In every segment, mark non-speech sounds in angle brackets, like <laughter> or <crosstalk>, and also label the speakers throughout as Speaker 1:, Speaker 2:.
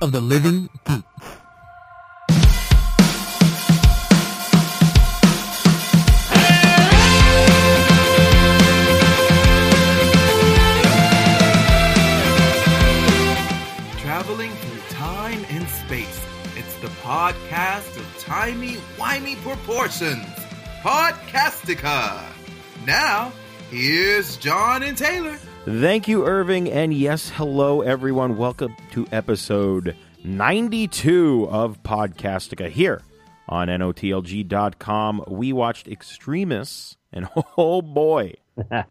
Speaker 1: the living beats.
Speaker 2: Traveling through time and space, it's the podcast of timey, wimey proportions, Podcastica. Now, here's John and Taylor.
Speaker 3: Thank you, Irving. And yes, hello, everyone. Welcome to episode 92 of Podcastica here on NOTLG.com. We watched Extremists, and <laughs> oh boy,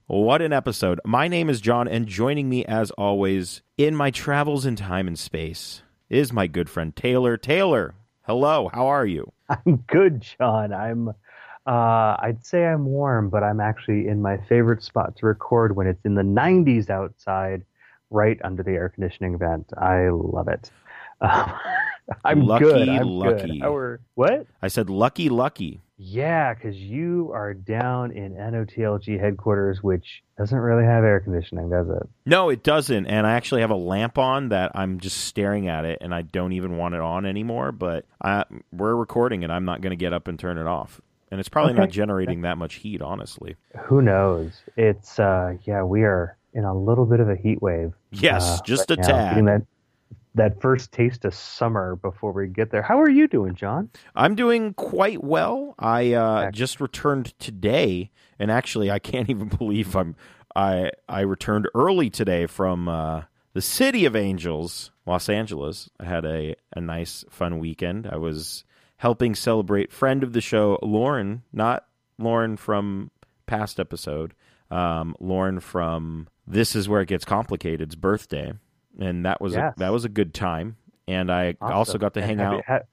Speaker 3: what an episode. My name is John, and joining me, as always, in my travels in time and space is my good friend Taylor. Taylor, hello, how are you?
Speaker 4: I'm good, John. I'm. Uh, I'd say I'm warm, but I'm actually in my favorite spot to record when it's in the 90s outside, right under the air conditioning vent. I love it. <laughs> Um, I'm
Speaker 3: Lucky,
Speaker 4: good. I'm
Speaker 3: lucky.
Speaker 4: Good. How are- what?
Speaker 3: I said, lucky, lucky.
Speaker 4: Yeah, because you are down in NOTLG headquarters, which doesn't really have air conditioning, does it?
Speaker 3: No, it doesn't. And I actually have a lamp on that I'm just staring at it, and I don't even want it on anymore. But I, we're recording it. I'm not going to get up and turn it off. And it's probably
Speaker 4: Okay.
Speaker 3: not generating that much heat, honestly.
Speaker 4: Who knows? It's uh, yeah, we are in a little bit of a heat wave.
Speaker 3: Yes,
Speaker 4: uh,
Speaker 3: just
Speaker 4: right
Speaker 3: a
Speaker 4: now,
Speaker 3: tad.
Speaker 4: getting That that first taste of summer before we get there. How are you doing, John?
Speaker 3: I'm doing quite well. I uh,
Speaker 4: Excellent.
Speaker 3: just returned today, and actually, I can't <laughs> even believe I'm I I returned early today from uh, the city of Angels, Los Angeles. I had a a nice fun weekend. I was helping celebrate friend of the show Lauren, not Lauren from past episode, um, Lauren from This Is Where It Gets Complicated's birthday, and that was
Speaker 4: Yes.
Speaker 3: a, that was a good time. And I also
Speaker 4: Awesome.
Speaker 3: got to
Speaker 4: And
Speaker 3: hang
Speaker 4: happy,
Speaker 3: out.
Speaker 4: ha-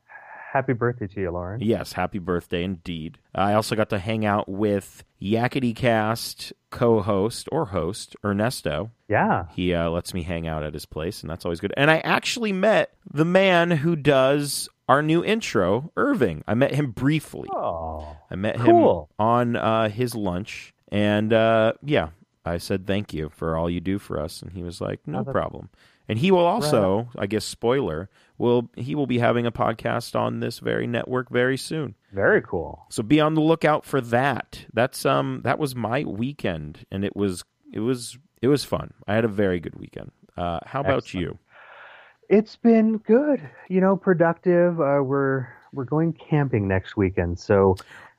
Speaker 4: happy birthday to you, Lauren.
Speaker 3: Yes, happy birthday indeed. I also got to hang out with Yakety Cast co-host or host Ernesto.
Speaker 4: Yeah.
Speaker 3: He uh, lets me hang out at his place, and that's always good. And I actually met the man who does our new intro, Irving. I met him briefly.
Speaker 4: Oh,
Speaker 3: I met
Speaker 4: cool.
Speaker 3: him on uh, his lunch, and uh, yeah, I said thank you for all you do for us, and he was like, "No
Speaker 4: Oh, that-
Speaker 3: problem." And he will also, I guess, spoiler, will he will be having a podcast on this very network very soon.
Speaker 4: very cool.
Speaker 3: So be on the lookout for that. That's um that was my weekend and it was it was it was fun. I had a very good weekend. Uh how about
Speaker 4: Excellent.
Speaker 3: you?
Speaker 4: It's been good. You know, productive. Uh, we're we're going camping next weekend, so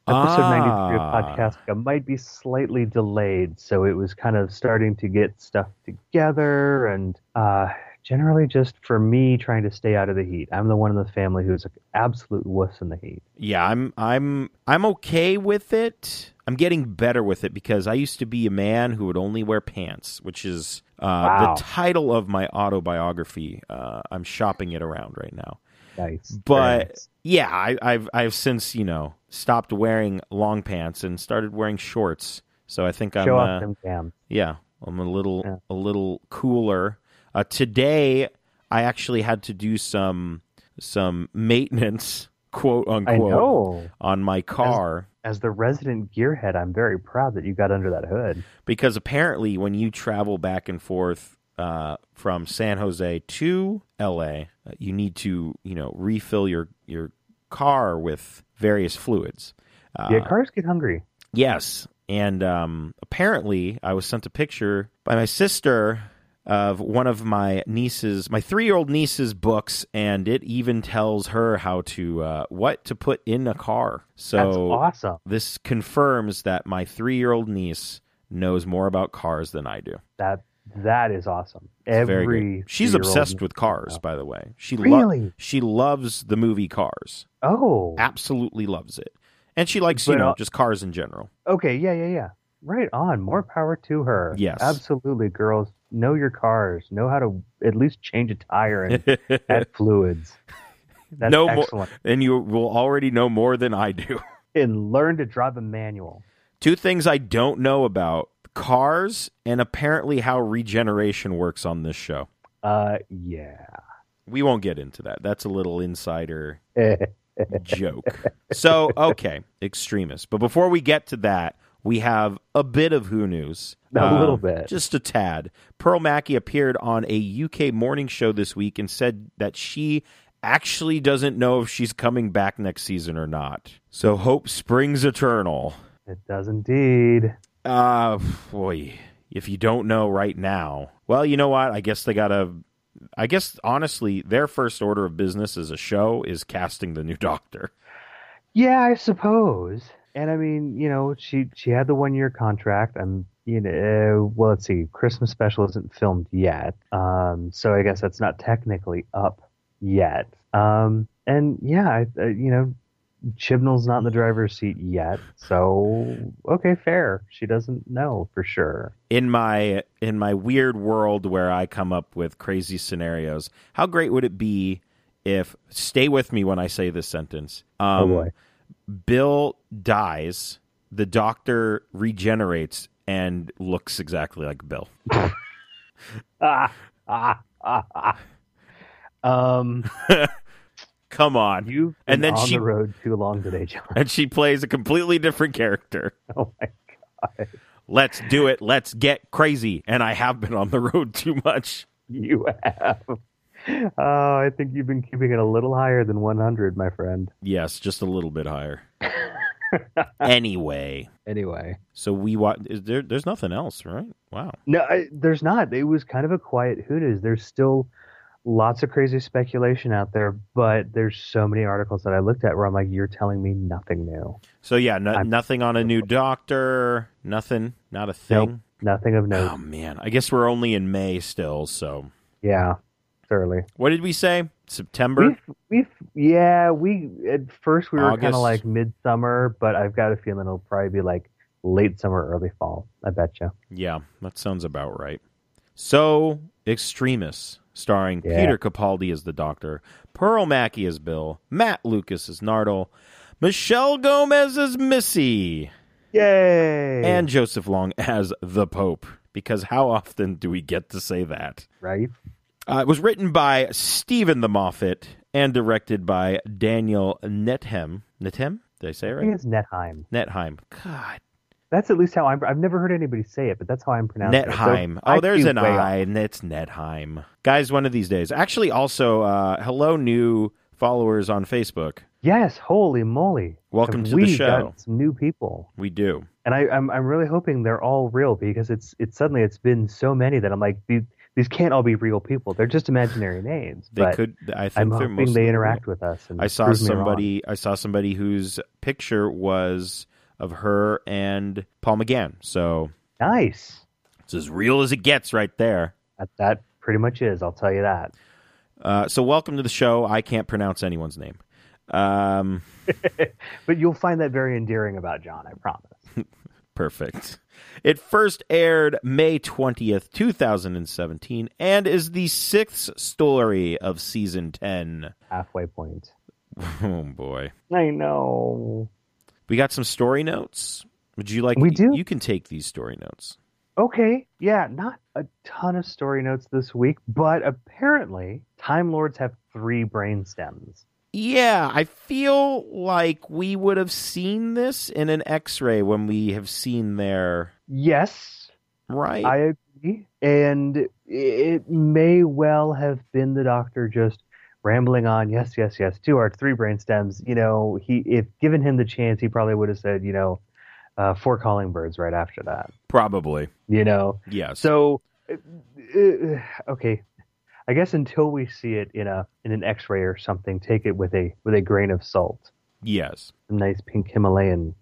Speaker 4: episode
Speaker 3: Ah.
Speaker 4: 93 of Podcastica might be slightly delayed. So it was kind of starting to get stuff together, and uh, generally just for me trying to stay out of the heat. I'm the one in the family who's an absolute wuss in the heat.
Speaker 3: Yeah, I'm I'm I'm okay with it. I'm getting better with it because I used to be a man who would only wear pants, which is uh,
Speaker 4: Wow.
Speaker 3: the title of my autobiography. Uh, I'm shopping it around right now.
Speaker 4: Nice, Very
Speaker 3: But
Speaker 4: nice.
Speaker 3: yeah, I, I've I've since you know stopped wearing long pants and started wearing shorts. So I think I'm
Speaker 4: show
Speaker 3: uh,
Speaker 4: off them cams.
Speaker 3: Yeah, I'm a little
Speaker 4: Yeah.
Speaker 3: a little cooler. Uh, today, I actually had to do some some maintenance, <laughs> quote
Speaker 4: I
Speaker 3: unquote,
Speaker 4: know.
Speaker 3: on my car
Speaker 4: As the resident gearhead, I'm very proud that you got under that hood.
Speaker 3: because apparently, when you travel back and forth uh, from San Jose to L.A., uh, you need to you know refill your your car with various fluids. Uh,
Speaker 4: yeah, cars get hungry.
Speaker 3: Yes. And um, apparently, I was sent a picture by my sister of one of my niece's, my three year old niece's books, and it even tells her how to, uh, what to put in a car.
Speaker 4: That's
Speaker 3: So
Speaker 4: awesome.
Speaker 3: this confirms that my three year old niece knows more about cars than I do.
Speaker 4: That that is awesome.
Speaker 3: It's
Speaker 4: Every
Speaker 3: good. She's
Speaker 4: three-year-old-
Speaker 3: obsessed with cars, by the way. She lo-
Speaker 4: Really?
Speaker 3: she loves the movie Cars.
Speaker 4: Oh,
Speaker 3: Absolutely loves it. And she likes, you
Speaker 4: But,
Speaker 3: know,
Speaker 4: uh,
Speaker 3: just cars in general. <laughs>
Speaker 4: okay. Yeah, yeah, yeah. Right on. More power to her.
Speaker 3: Yes.
Speaker 4: absolutely, girls. Know your cars. Know how to at least change a tire
Speaker 3: <laughs>
Speaker 4: and add fluids. That's
Speaker 3: No more-
Speaker 4: excellent.
Speaker 3: and you will already know more than I do. <laughs>
Speaker 4: And learn to drive a manual.
Speaker 3: Two things I don't know about cars and apparently how regeneration works on this show.
Speaker 4: Uh, yeah. <laughs>
Speaker 3: We won't get into that. That's a little insider joke. So, okay, extremists. But before we get to that, We have a bit of Who News. Um,
Speaker 4: A little bit.
Speaker 3: Just a tad. Pearl Mackey appeared on a UK morning show this week and said that she actually doesn't know if she's coming back next season or not. So hope springs eternal.
Speaker 4: It does indeed.
Speaker 3: Uh, boy, if you don't know right now, well, you know what? I guess they gotta. I guess honestly, their first order of business as a show is casting the new Doctor.
Speaker 4: Yeah, I suppose. And I mean, you know, she she had the one year contract. I'm, you know, uh, well, let's see, Christmas special isn't filmed yet, um, so I guess that's not technically up yet. Um, and yeah, I, uh, you know, Chibnall's not in the driver's seat yet, so okay, fair. She doesn't know for sure.
Speaker 3: In my in my weird world where I come up with crazy scenarios, how great would it be if stay with me when I say this sentence? Um,
Speaker 4: oh boy.
Speaker 3: Bill dies, the doctor regenerates and looks exactly like Bill.
Speaker 4: Ah, ah, ah, ah.
Speaker 3: <laughs>
Speaker 4: Um,
Speaker 3: Come on.
Speaker 4: you've been
Speaker 3: And then
Speaker 4: on
Speaker 3: she-
Speaker 4: the road too long today, John. <laughs>
Speaker 3: and she plays a completely different character.
Speaker 4: Oh my god,
Speaker 3: Let's do it. Let's get crazy. And I have been on the road too much.
Speaker 4: you have. <laughs> Oh, I think you've been keeping it a little higher than 100, my friend.
Speaker 3: Yes, just a little bit higher. anyway,
Speaker 4: Anyway,
Speaker 3: so we watch. There, there's nothing else, right? Wow.
Speaker 4: no, I, there's not. It was kind of a quiet who news. There's still lots of crazy speculation out there, but there's so many articles that I looked at where I'm like, you're telling me nothing new,
Speaker 3: So yeah, no,
Speaker 4: I'm-
Speaker 3: nothing on a new doctor. Nothing. Not a thing.
Speaker 4: nothing of note.
Speaker 3: Oh man, I guess we're only in May still. So
Speaker 4: Yeah, thoroughly.
Speaker 3: what did we say? September.
Speaker 4: We've, we've, yeah, we at first we were kind
Speaker 3: August.
Speaker 4: of like midsummer, but I've got a feeling it'll probably be like late summer, early fall. I bet you.
Speaker 3: Yeah, that sounds about right. So, Extremis, starring
Speaker 4: Yeah.
Speaker 3: Peter Capaldi as the Doctor, Pearl Mackey as Bill, Matt Lucas as Nardole, Michelle Gomez as Missy,
Speaker 4: Yay!
Speaker 3: and Joseph Long as the Pope. Because how often do we get to say that?
Speaker 4: right,
Speaker 3: Uh, it was written by Stephen the Moffat and directed by Daniel Nethem. Nethem? Did I say it
Speaker 4: I
Speaker 3: right?
Speaker 4: think it's Netheim.
Speaker 3: Netheim. God.
Speaker 4: That's at least how I'm. I've never heard anybody say it, but that's how I'm pronouncing it. So
Speaker 3: Netheim.
Speaker 4: I
Speaker 3: oh, there's
Speaker 4: do
Speaker 3: an
Speaker 4: way off.
Speaker 3: I, and it's Netheim. Guys, one of these days. Actually, also, uh, hello, new followers on Facebook.
Speaker 4: Yes, holy moly!
Speaker 3: Welcome to
Speaker 4: Have
Speaker 3: the
Speaker 4: we
Speaker 3: show.
Speaker 4: Got some new people,
Speaker 3: We do.
Speaker 4: and I, I'm I'm really hoping they're all real because it's it's suddenly it's been so many that I'm like these these can't all be real people. They're just imaginary names.
Speaker 3: They
Speaker 4: but
Speaker 3: could. I think
Speaker 4: I'm
Speaker 3: they're
Speaker 4: hoping
Speaker 3: mostly
Speaker 4: they
Speaker 3: real.
Speaker 4: interact with us. And
Speaker 3: I saw
Speaker 4: prove me wrong.
Speaker 3: somebody. I saw somebody whose picture was of her and Paul McGann. So
Speaker 4: Nice.
Speaker 3: it's as real as it gets, right there.
Speaker 4: That, that pretty much is. I'll tell you that.
Speaker 3: Uh, so welcome to the show. I can't pronounce anyone's name. Um,
Speaker 4: But you'll find that very endearing about John. I
Speaker 3: <laughs>
Speaker 4: promise.
Speaker 3: Perfect. It first aired May 20th, 2017, and is the sixth story of season 10.
Speaker 4: Halfway point.
Speaker 3: Oh, boy.
Speaker 4: I know.
Speaker 3: We got some story notes. Would you like
Speaker 4: We do.
Speaker 3: You can take these story notes.
Speaker 4: Okay. Yeah. Not a ton of story notes this week, but apparently, Time Lords have three brain stems.
Speaker 3: Yeah, I feel like we would have seen this in an x ray when we have seen their.
Speaker 4: Yes,
Speaker 3: Right?
Speaker 4: I agree. And it may well have been the doctor just rambling on, yes, yes, yes, two our three brain stems. You know, he if given him the chance, he probably would have said, you know, uh, four calling birds right after that.
Speaker 3: Probably.
Speaker 4: You know,
Speaker 3: Yes.
Speaker 4: so uh, uh, okay, I guess until we see it in a in an X-ray or something, take it with a with a grain of salt
Speaker 3: yes.
Speaker 4: some nice pink Himalayan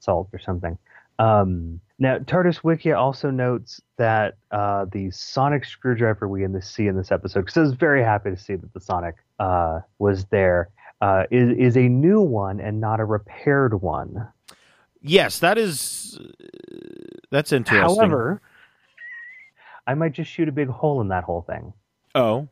Speaker 4: salt or something. Um, now, TARDIS Wiki also notes that uh, the sonic screwdriver we in the see in this episode, because I was very happy to see that the sonic uh, was there, uh, is, is a new one and not a repaired one.
Speaker 3: Yes, that is. uh, That's interesting.
Speaker 4: However, I might just shoot a big hole in that whole thing.
Speaker 3: Oh.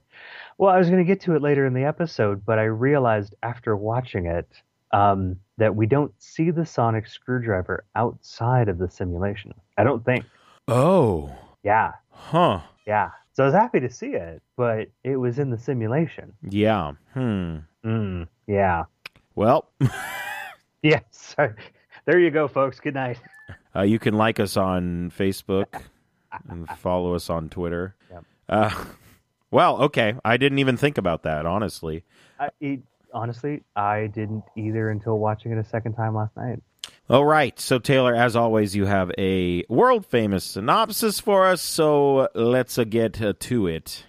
Speaker 4: Well, I was going to get to it later in the episode, but I realized after watching it um, that we don't see the sonic screwdriver outside of the simulation. I don't think.
Speaker 3: Oh.
Speaker 4: Yeah,
Speaker 3: Huh.
Speaker 4: yeah. So I was happy to see it, but it was in the simulation.
Speaker 3: Yeah. Hmm.
Speaker 4: Mm, yeah. <laughs>
Speaker 3: Well,
Speaker 4: Yeah. So there you go, folks. Good night.
Speaker 3: Uh, you can like us on Facebook and follow us on Twitter.
Speaker 4: Yep.
Speaker 3: Uh, well, okay. I didn't even think about that, honestly.
Speaker 4: I, it, honestly, I didn't either until watching it a second time last night.
Speaker 3: All right. So, Taylor, as always, you have a world famous synopsis for us. So let's uh, get uh, to it.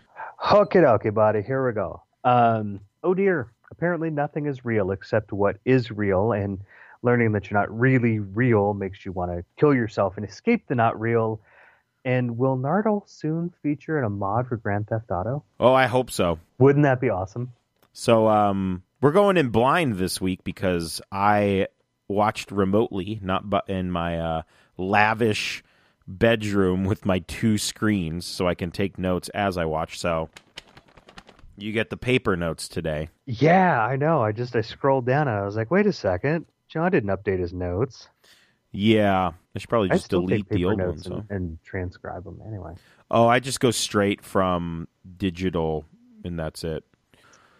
Speaker 4: Okay, okay, buddy. Here we go. Um, oh dear. Apparently, nothing is real except what is real, and learning that you're not really real makes you want to kill yourself and escape the not real. And will Nardole soon feature in a mod for Grand Theft Auto?
Speaker 3: Oh, I hope so.
Speaker 4: Wouldn't that be awesome?
Speaker 3: So um, we're going in blind this week because I watched remotely, not but in my uh, lavish bedroom with my two screens, so I can take notes as I watch. So you get the paper notes today.
Speaker 4: Yeah, I know. I just I scrolled down and I was like, wait a second, John didn't update his notes.
Speaker 3: Yeah, I should probably
Speaker 4: I
Speaker 3: just
Speaker 4: still
Speaker 3: delete
Speaker 4: take
Speaker 3: the
Speaker 4: paper
Speaker 3: old
Speaker 4: notes
Speaker 3: ones. though.
Speaker 4: and, and transcribe them anyway.
Speaker 3: Oh, I just go straight from digital, and that's it.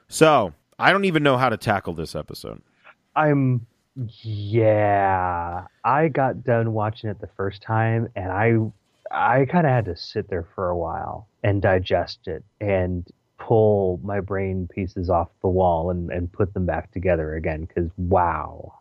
Speaker 3: So I don't even know how to tackle this episode.
Speaker 4: I'm yeah. I got done watching it the first time and I I kind of had to sit there for a while and digest it and pull my brain pieces off the wall and, and put them back together again cuz wow.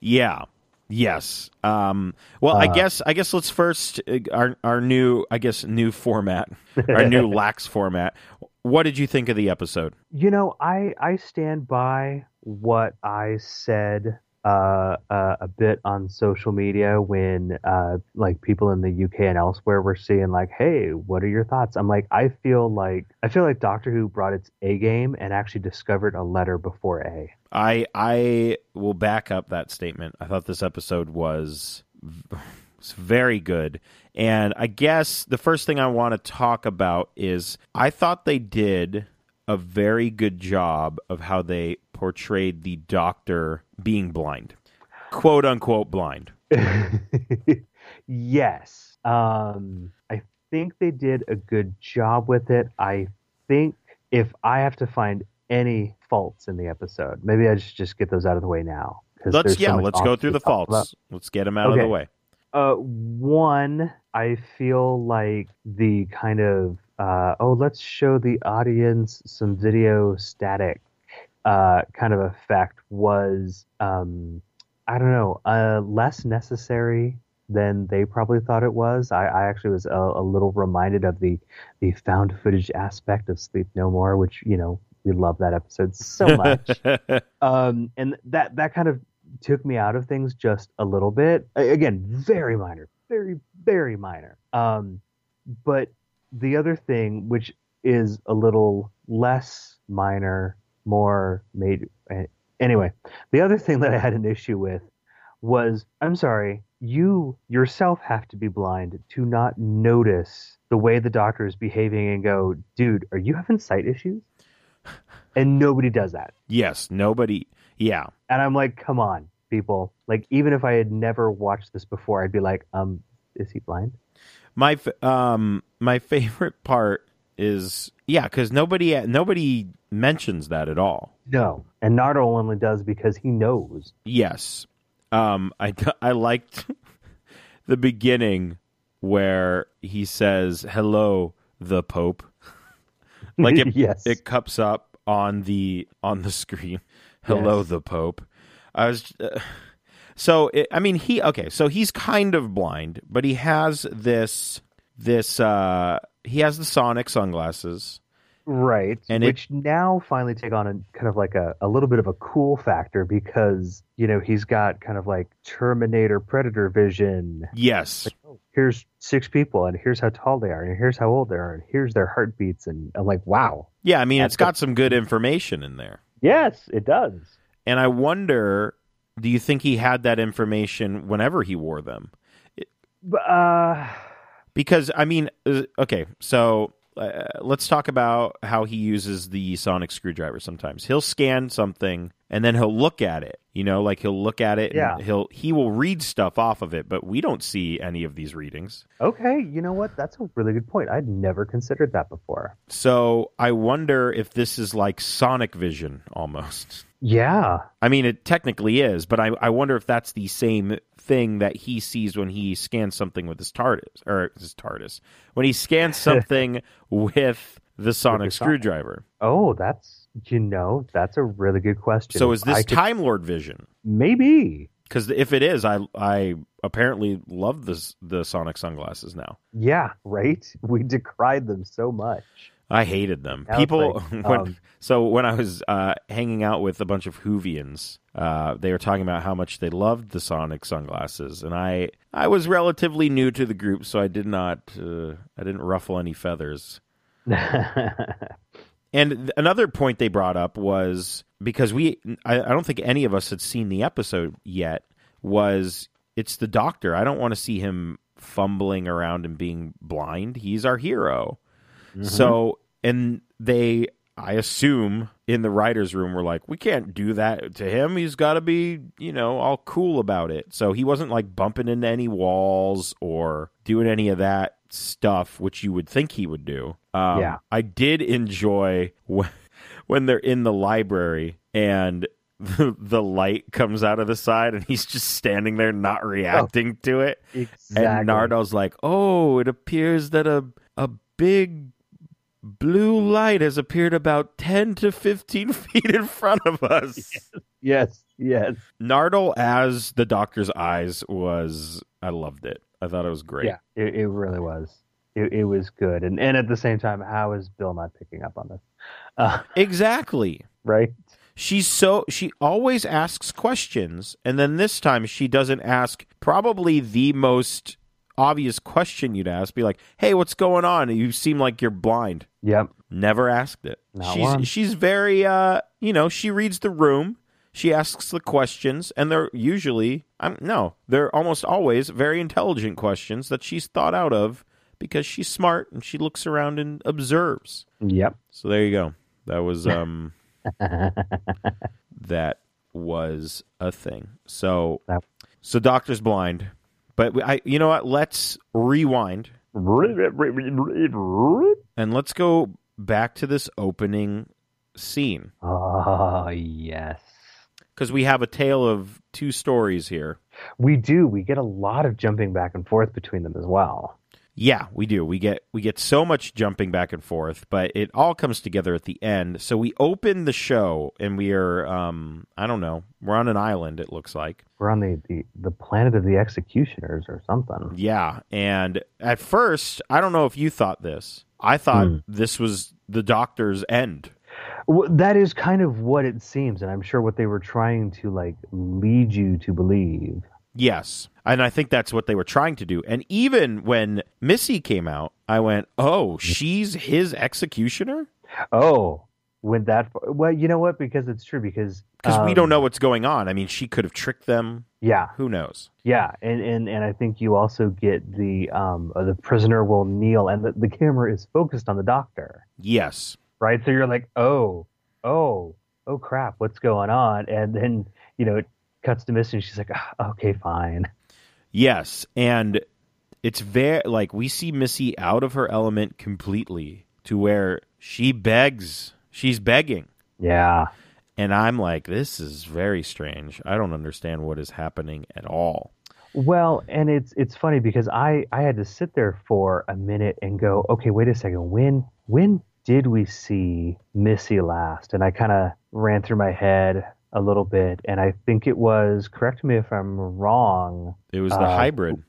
Speaker 3: Yeah. Yes. Um, well, I
Speaker 4: Uh,
Speaker 3: guess I guess let's first uh, our our new I guess new format,
Speaker 4: <laughs>
Speaker 3: our new lax format. What did you think of the episode?
Speaker 4: You know, I I stand by what I said uh, uh, a bit on social media when uh, like people in the UK and elsewhere were seeing like, hey, what are your thoughts? I'm like, I feel like I feel like Doctor Who brought its A game and actually discovered a letter before A.
Speaker 3: I I will back up that statement. I thought this episode was v- was very good. And I guess the first thing I want to talk about is I thought they did a very good job of how they portrayed the doctor being blind. Quote unquote blind.
Speaker 4: <laughs> yes. Um, I think they did a good job with it. I think if I have to find any faults in the episode, maybe I should just get those out of the way now. 'cause
Speaker 3: Let's
Speaker 4: there's so
Speaker 3: yeah,
Speaker 4: much
Speaker 3: let's go
Speaker 4: awful
Speaker 3: through the
Speaker 4: stuff about-
Speaker 3: faults. Let's get them out of
Speaker 4: Okay.
Speaker 3: the way.
Speaker 4: Uh, one, I feel like the kind of uh, oh, let's show the audience some video static uh, kind of effect was um, I don't know uh, less necessary than they probably thought it was. I, I actually was a, a little reminded of the the found footage aspect of Sleep No More, which you know we love that episode
Speaker 3: <laughs>
Speaker 4: so much um, and that that kind of took me out of things just a little bit. A- Again, very minor, very very minor. Um, but the other thing, which is a little less minor, more major. eh, Anyway, the other thing that I had an issue with was, I'm sorry, you yourself have to be blind to not notice the way the doctor is behaving and go, dude, are you having sight issues? And nobody does that.
Speaker 3: yes, nobody yeah.
Speaker 4: And I'm like, come on, people. Like, even if I had never watched this before, I'd be like, um, is he blind?
Speaker 3: My f- um my favorite part is yeah, because nobody nobody mentions that at all.
Speaker 4: No. And Nardole only does because he knows.
Speaker 3: Yes, um, I <laughs> I liked the beginning where he says hello the Pope, <laughs> like it
Speaker 4: <laughs> yes.
Speaker 3: it cups up on the on the screen. <laughs> Hello
Speaker 4: Yes.
Speaker 3: the Pope. I was. uh, so it, I mean he okay so he's kind of blind but he has this this uh he has the sonic sunglasses
Speaker 4: right.
Speaker 3: and it-
Speaker 4: which now finally take on a kind of like a, a little bit of a cool factor because, you know, he's got kind of like Terminator Predator vision.
Speaker 3: Yes.
Speaker 4: Here's six people, and here's how tall they are, and here's how old they are, and here's their heartbeats. And I'm like, wow.
Speaker 3: Yeah, I mean
Speaker 4: That's
Speaker 3: it's got some good information in there.
Speaker 4: Yes, it does.
Speaker 3: And I wonder do you think he had that information whenever he wore them?
Speaker 4: But, uh,
Speaker 3: Because I mean uh, okay, so uh, let's talk about how he uses the sonic screwdriver sometimes. He'll scan something and then he'll look at it You know, like he'll look at it. and
Speaker 4: Yeah.
Speaker 3: He'll he will read stuff off of it, but we don't see any of these readings.
Speaker 4: Okay, you know what? That's a really good point. I'd never considered that before.
Speaker 3: So I wonder if this is like Sonic Vision almost.
Speaker 4: Yeah.
Speaker 3: I mean, it technically is, but I, I wonder if that's the same thing that he sees when he scans something with his TARDIS or his TARDIS when he <laughs> scans something with the Sonic
Speaker 4: Sonic.
Speaker 3: screwdriver.
Speaker 4: Oh, that's you know, that's a really good question.
Speaker 3: So is
Speaker 4: I
Speaker 3: this
Speaker 4: could-
Speaker 3: Time Lord Vision?
Speaker 4: maybe?
Speaker 3: Because if it is, I I apparently love this the Sonic sunglasses now.
Speaker 4: Yeah, right. <laughs> We decried them
Speaker 3: <laughs>
Speaker 4: so much.
Speaker 3: I hated them.
Speaker 4: That was
Speaker 3: People, <laughs>
Speaker 4: like,
Speaker 3: when,
Speaker 4: um,
Speaker 3: so when I was uh, hanging out with a bunch of Hoovians, uh, they were talking about how much they loved the Sonic sunglasses, and I, I was relatively new to the group, so I did not, uh, I didn't ruffle any feathers. And th- another point they brought up was because we, I, I don't think any of us had seen the episode yet, was it's the doctor. I don't want to see him fumbling around and being blind. He's our hero. So, and they, I assume, in the writer's room were like, we can't do that to him. He's got to be, you know, all cool about it. So he wasn't like bumping into any walls or doing any of that stuff, which you would think he would do. Um,
Speaker 4: Yeah.
Speaker 3: I did enjoy <laughs> when, when they're in the library and. <laughs> The, the light comes out of the side and he's just standing there not reacting to it
Speaker 4: exactly.
Speaker 3: and Nardo's like, "Oh, it appears that a a big blue light has appeared about ten to fifteen <laughs> feet in front of us."
Speaker 4: Yes, yes.
Speaker 3: Nardole as the Doctor's eyes was, I loved it. I thought it was great.
Speaker 4: Yeah, it, it really was. It, it was good, and and at the same time, how is Bill not picking up on this? Uh,
Speaker 3: Exactly.
Speaker 4: right?
Speaker 3: She's so she always asks questions, and then this time she doesn't ask probably the most obvious question you'd ask. Be like, "Hey, what's going on? You seem like you're blind."
Speaker 4: Yep.
Speaker 3: Never asked it.
Speaker 4: Not
Speaker 3: she's
Speaker 4: one.
Speaker 3: she's very uh you know, she reads the room, she asks the questions, and they're usually I'm no, they're almost always very intelligent questions that she's thought out of because she's smart and she looks around and observes.
Speaker 4: Yep.
Speaker 3: So there you go. That
Speaker 4: <laughs>
Speaker 3: was um that was a thing. So
Speaker 4: That-
Speaker 3: so doctor's blind. But we- I you know what? Let's rewind and let's go back to this opening scene
Speaker 4: oh yes,
Speaker 3: because we have a tale of two stories here.
Speaker 4: we do. We get a lot of jumping back and forth between them as well.
Speaker 3: Yeah, we do. We get we get so much jumping back and forth, but it all comes together at the end. So we open the show and we are um I don't know, we're on an island it looks like.
Speaker 4: We're on the the, the planet of the executioners or something.
Speaker 3: Yeah, and at first, I don't know if you thought this. I thought
Speaker 4: Hmm.
Speaker 3: this was the doctor's end.
Speaker 4: Well, that is kind of what it seems, and I'm sure what they were trying to like lead you to believe.
Speaker 3: Yes. And I think that's what they were trying to do. And even when Missy came out, I went, oh, she's his executioner?
Speaker 4: Oh, went that far. Well, you know what? Because it's true. Because
Speaker 3: Because we don't
Speaker 4: um,
Speaker 3: know what's going on. I mean, she could have tricked them.
Speaker 4: Yeah,
Speaker 3: Who knows?
Speaker 4: yeah, and and and I think you also get the um uh, the prisoner will kneel, and the, the camera is focused on the doctor,
Speaker 3: Yes.
Speaker 4: right? So you're like, oh, oh, oh, crap, what's going on? And then you know it cuts to Miss, and she's like, "Ah, okay, fine.
Speaker 3: Yes. And it's very, like, we see Missy out of her element completely to where she begs. She's begging.
Speaker 4: Yeah,
Speaker 3: And I'm like, this is very strange. I don't understand what is happening at all.
Speaker 4: Well, and it's it's funny because I I had to sit there for a minute and go, okay, wait a second, when when did we see Missy last? And I kind of ran through my head a little bit, and I think it was. Correct me if I'm wrong.
Speaker 3: It was the
Speaker 4: Uh,
Speaker 3: hybrid.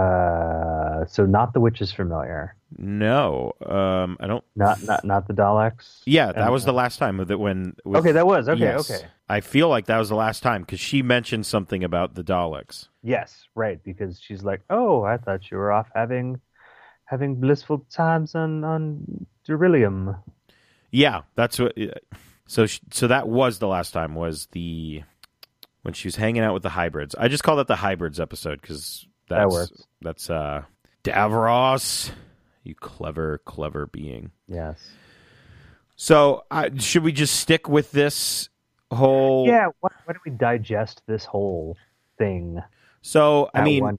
Speaker 4: Uh, so not the witch is familiar,
Speaker 3: No. Um, I don't
Speaker 4: not not not the Daleks.
Speaker 3: Yeah, that
Speaker 4: Um,
Speaker 3: was the last time that when. with-
Speaker 4: Okay, that was okay.
Speaker 3: Yes.
Speaker 4: Okay.
Speaker 3: I feel like that was the last time because she mentioned something about the Daleks.
Speaker 4: Yes, right, because she's like, "Oh, I thought you were off having having blissful times on on Deryllium."
Speaker 3: Yeah, that's what. So sh so that was the last time was the when she was hanging out with the hybrids. I just call that the hybrids episode because that's
Speaker 4: That works.
Speaker 3: that's uh Davros, you clever clever being.
Speaker 4: Yes.
Speaker 3: So I should we just stick with this whole.
Speaker 4: Yeah, why, why don't we digest this whole thing?
Speaker 3: So I
Speaker 4: at
Speaker 3: mean,
Speaker 4: one-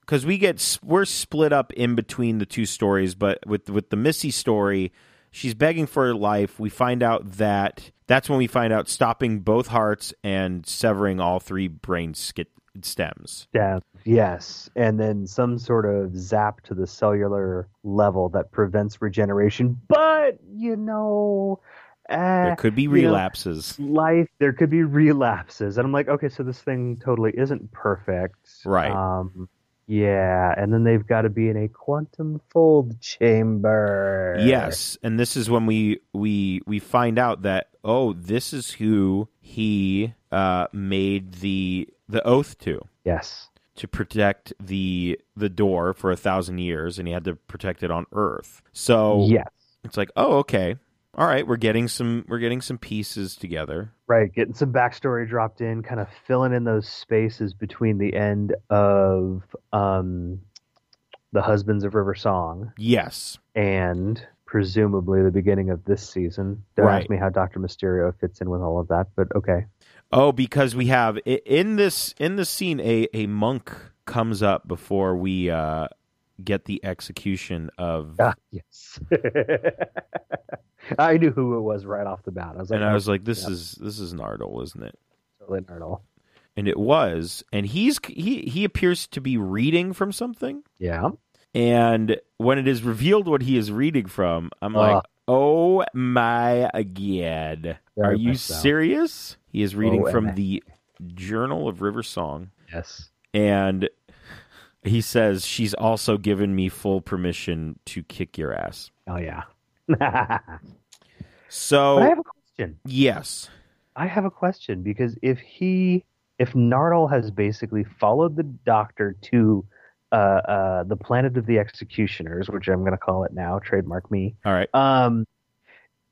Speaker 3: because we get s- we're split up in between the two stories but with with the missy story she's begging for her life we find out that that's when we find out stopping both hearts and severing all three brain skit stems
Speaker 4: Yeah, yes, and then some sort of zap to the cellular level that prevents regeneration. But you know, eh,
Speaker 3: there could be
Speaker 4: you know,
Speaker 3: relapses
Speaker 4: life there could be relapses, and I'm like, okay, so this thing totally isn't perfect,
Speaker 3: Right.
Speaker 4: Um, yeah, and then they've got to be in a quantum fold chamber.
Speaker 3: yes and this is when we we we find out that oh this is who he uh made the the oath to
Speaker 4: yes,
Speaker 3: to protect the the door for a thousand years and he had to protect it on earth so
Speaker 4: yes.
Speaker 3: it's like oh okay all right we're getting some we're getting some pieces together
Speaker 4: Right, getting some backstory dropped in, kind of filling in those spaces between the end of um, the Husbands of River Song
Speaker 3: yes
Speaker 4: and presumably the beginning of this season. Don't
Speaker 3: Right.
Speaker 4: ask me how Doctor Mysterio fits in with all of that, but okay.
Speaker 3: oh because we have i- in this in this scene a a monk comes up before we uh get the execution of
Speaker 4: Ah, yes, <laughs> I knew who it was right off the bat. I was like,
Speaker 3: and i was like this
Speaker 4: yeah.
Speaker 3: is this is Nardole, isn't it
Speaker 4: totally not at all.
Speaker 3: and it was and he's he he appears to be reading from something
Speaker 4: Yeah,
Speaker 3: And when it is revealed what he is reading from, I'm
Speaker 4: Ah.
Speaker 3: like, oh my god. Are
Speaker 4: Very
Speaker 3: you
Speaker 4: much so.
Speaker 3: serious? He is reading
Speaker 4: Oh,
Speaker 3: from
Speaker 4: and-
Speaker 3: the Journal of River Song.
Speaker 4: yes,
Speaker 3: And he says, she's also given me full permission to kick your ass.
Speaker 4: oh yeah. <laughs> but
Speaker 3: So,
Speaker 4: I have a question.
Speaker 3: yes.
Speaker 4: I have a question because if he, if Nardal has basically followed the Doctor to uh, uh, the planet of the executioners, which I'm going to call it now, trademark me,
Speaker 3: All right.
Speaker 4: um,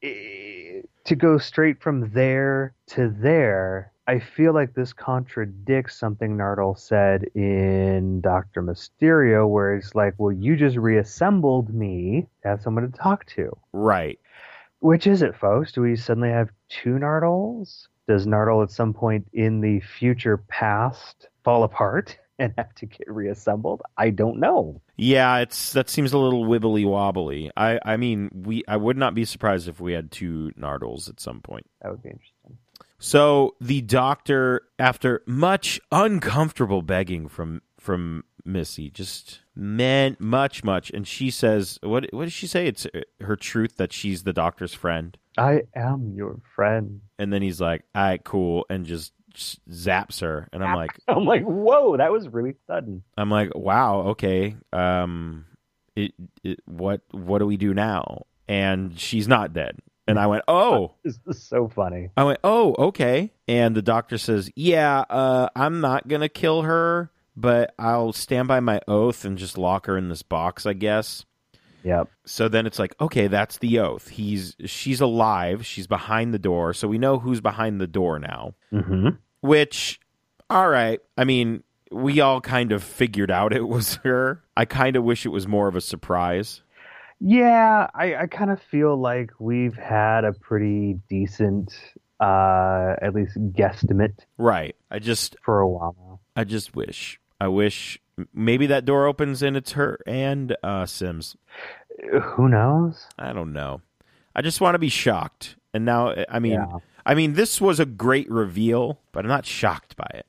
Speaker 4: eh, to go straight from there to there, I feel like this contradicts something Nardal said in Doctor Mysterio, where it's like, "Well, you just reassembled me to have someone to talk to."
Speaker 3: Right.
Speaker 4: Which is it, folks? Do we suddenly have two Nardals? Does Nardal at some point in the future past fall apart <laughs> and have to get reassembled? I don't know.
Speaker 3: Yeah, it's that seems a little wibbly wobbly. I I mean, we I would not be surprised if we had two Nardles at some point.
Speaker 4: That would be interesting.
Speaker 3: So the doctor, after much uncomfortable begging from from Missy, just meant much, much, and she says, "What? What does she say? It's uh, her truth that she's the doctor's friend."
Speaker 4: I am your friend.
Speaker 3: And then he's like, "All right, cool," and just, just zaps her, and I'm like,
Speaker 4: <laughs> I'm like, whoa, that was really sudden.
Speaker 3: "I'm like, wow, okay, um, it, it, what, what do we do now?" And she's not dead, and I went, "Oh."
Speaker 4: This is so funny.
Speaker 3: I went, "Oh, okay." And the doctor says, "Yeah, uh, I'm not gonna kill her, but I'll stand by my oath and just lock her in this box, I guess."
Speaker 4: Yep.
Speaker 3: So then it's like, okay, that's the oath. He's she's alive. She's behind the door, so we know who's behind the door now.
Speaker 4: Mm-hmm.
Speaker 3: Which, all right. I mean, we all kind of figured out it was her. I kind of wish it was more of a surprise.
Speaker 4: Yeah, I, I kind of feel like we've had a pretty decent, uh, at least guesstimate
Speaker 3: Right. I just
Speaker 4: for a while now.
Speaker 3: I just wish. I wish maybe that door opens and it's her and uh Sims.
Speaker 4: Who knows?
Speaker 3: I don't know. I just want to be shocked. And now, I mean,
Speaker 4: Yeah.
Speaker 3: I mean, this was a great reveal, but I'm not shocked by it.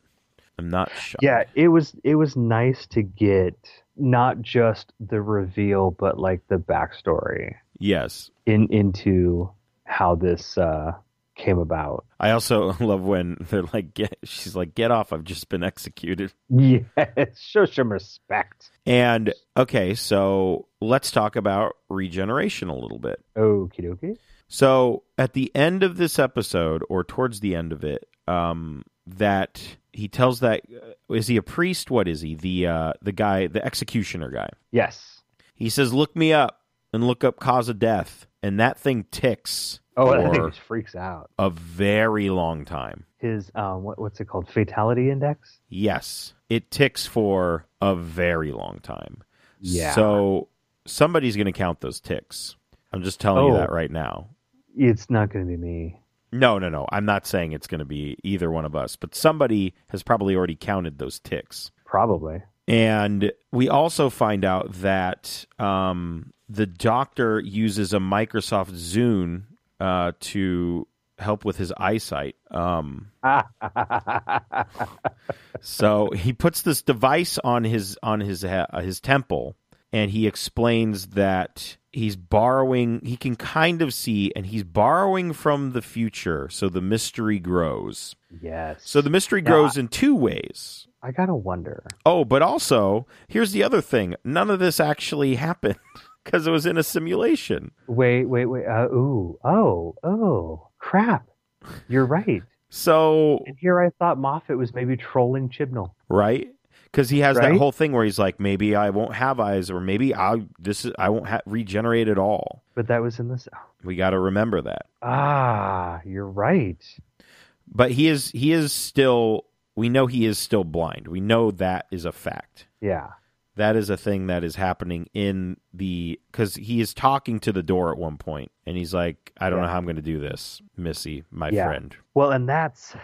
Speaker 3: I'm not shocked.
Speaker 4: yeah it was it was nice to get not just the reveal but like the backstory
Speaker 3: Yes.
Speaker 4: in into how this uh came about <laughs>
Speaker 3: I also <laughs> love when they're like, get, she's like, get off. I've just been executed.
Speaker 4: yes show some respect
Speaker 3: And okay, so let's talk about regeneration a little bit.
Speaker 4: okie dokie
Speaker 3: So at the end of this episode, or towards the end of it, um, that he tells that uh, is he a priest? What is he? The uh, the guy, the executioner guy.
Speaker 4: yes
Speaker 3: He says, "Look me up and look up cause of death," and that thing ticks
Speaker 4: oh
Speaker 3: for
Speaker 4: i think it freaks out
Speaker 3: a very long time.
Speaker 4: his um what, what's it called fatality index
Speaker 3: Yes, it ticks for a very long time.
Speaker 4: Yeah.
Speaker 3: So somebody's going to count those ticks. I'm just telling you
Speaker 4: Oh.
Speaker 3: that right now.
Speaker 4: it's not going to be me
Speaker 3: No, no, no. I'm not saying it's going to be either one of us, but somebody has probably already counted those ticks.
Speaker 4: Probably. <laughs>
Speaker 3: And we also find out that um, the doctor uses a Microsoft Zune uh, to help with his eyesight. Um, so <laughs> he puts this device on his on his he- uh, his temple, and he explains that he's borrowing. He can kind of see, and he's borrowing from the future. So the mystery grows.
Speaker 4: yes.
Speaker 3: So the mystery grows in two ways.
Speaker 4: I gotta wonder.
Speaker 3: Oh, but also, here's the other thing. None of this actually <laughs> happened because it was in a simulation.
Speaker 4: Wait, wait, wait. Uh, ooh, oh, oh, crap. You're right.
Speaker 3: So,
Speaker 4: And here I thought Moffat was maybe trolling Chibnall.
Speaker 3: right? Because he has that
Speaker 4: Right?
Speaker 3: whole thing where he's like, maybe I won't have eyes, or maybe I this is I won't ha- regenerate at all.
Speaker 4: But that was in this.
Speaker 3: We got to remember that.
Speaker 4: Ah, you're right.
Speaker 3: But he is he is still we know he is still blind. We know that is a fact.
Speaker 4: Yeah.
Speaker 3: That is a thing that is happening in the because he is talking to the door at one point, and he's like, "I don't
Speaker 4: Yeah.
Speaker 3: know how I'm going to do this, Missy, my
Speaker 4: Yeah.
Speaker 3: friend."
Speaker 4: Well, and that's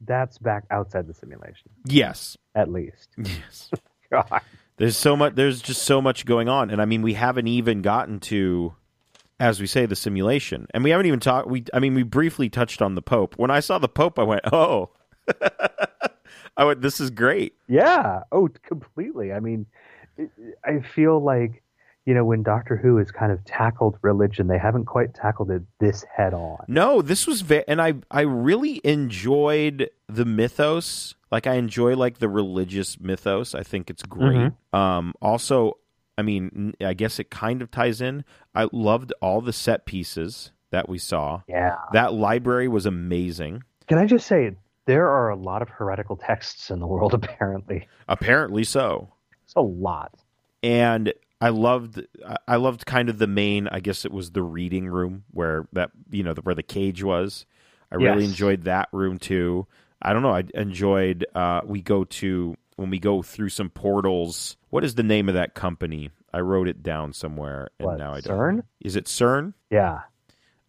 Speaker 4: that's back outside the simulation,
Speaker 3: Yes,
Speaker 4: at least. <laughs>
Speaker 3: Yes.
Speaker 4: God.
Speaker 3: There's so much there's just so much going on and I mean we haven't even gotten to as we say the simulation. And we haven't even talked we I mean we briefly touched on the pope. When I saw the pope I went, "Oh." <laughs> I went, "This is great."
Speaker 4: Yeah. Oh, completely. I mean, it- I feel like you know when Doctor Who has kind of tackled religion, they haven't quite tackled it this head on.
Speaker 3: No, this was ve- and I I really enjoyed the mythos. Like I enjoy like the religious mythos. I think it's great. Um also I mean, I guess it kind of ties in. I loved all the set pieces that we saw.
Speaker 4: Yeah.
Speaker 3: That library was amazing.
Speaker 4: Can I just say there are a lot of heretical texts in the world? <laughs> Apparently,
Speaker 3: Apparently so.
Speaker 4: it's a lot.
Speaker 3: And I loved I- I loved kind of the main, I guess it was the reading room where that you know, where the cage was. I really
Speaker 4: Yes.
Speaker 3: enjoyed that room too. I don't know, I enjoyed uh we go to when we go through some portals. What is the name of that company? I wrote it down somewhere and
Speaker 4: What,
Speaker 3: now I don't.
Speaker 4: CERN?
Speaker 3: Is it CERN?
Speaker 4: Yeah.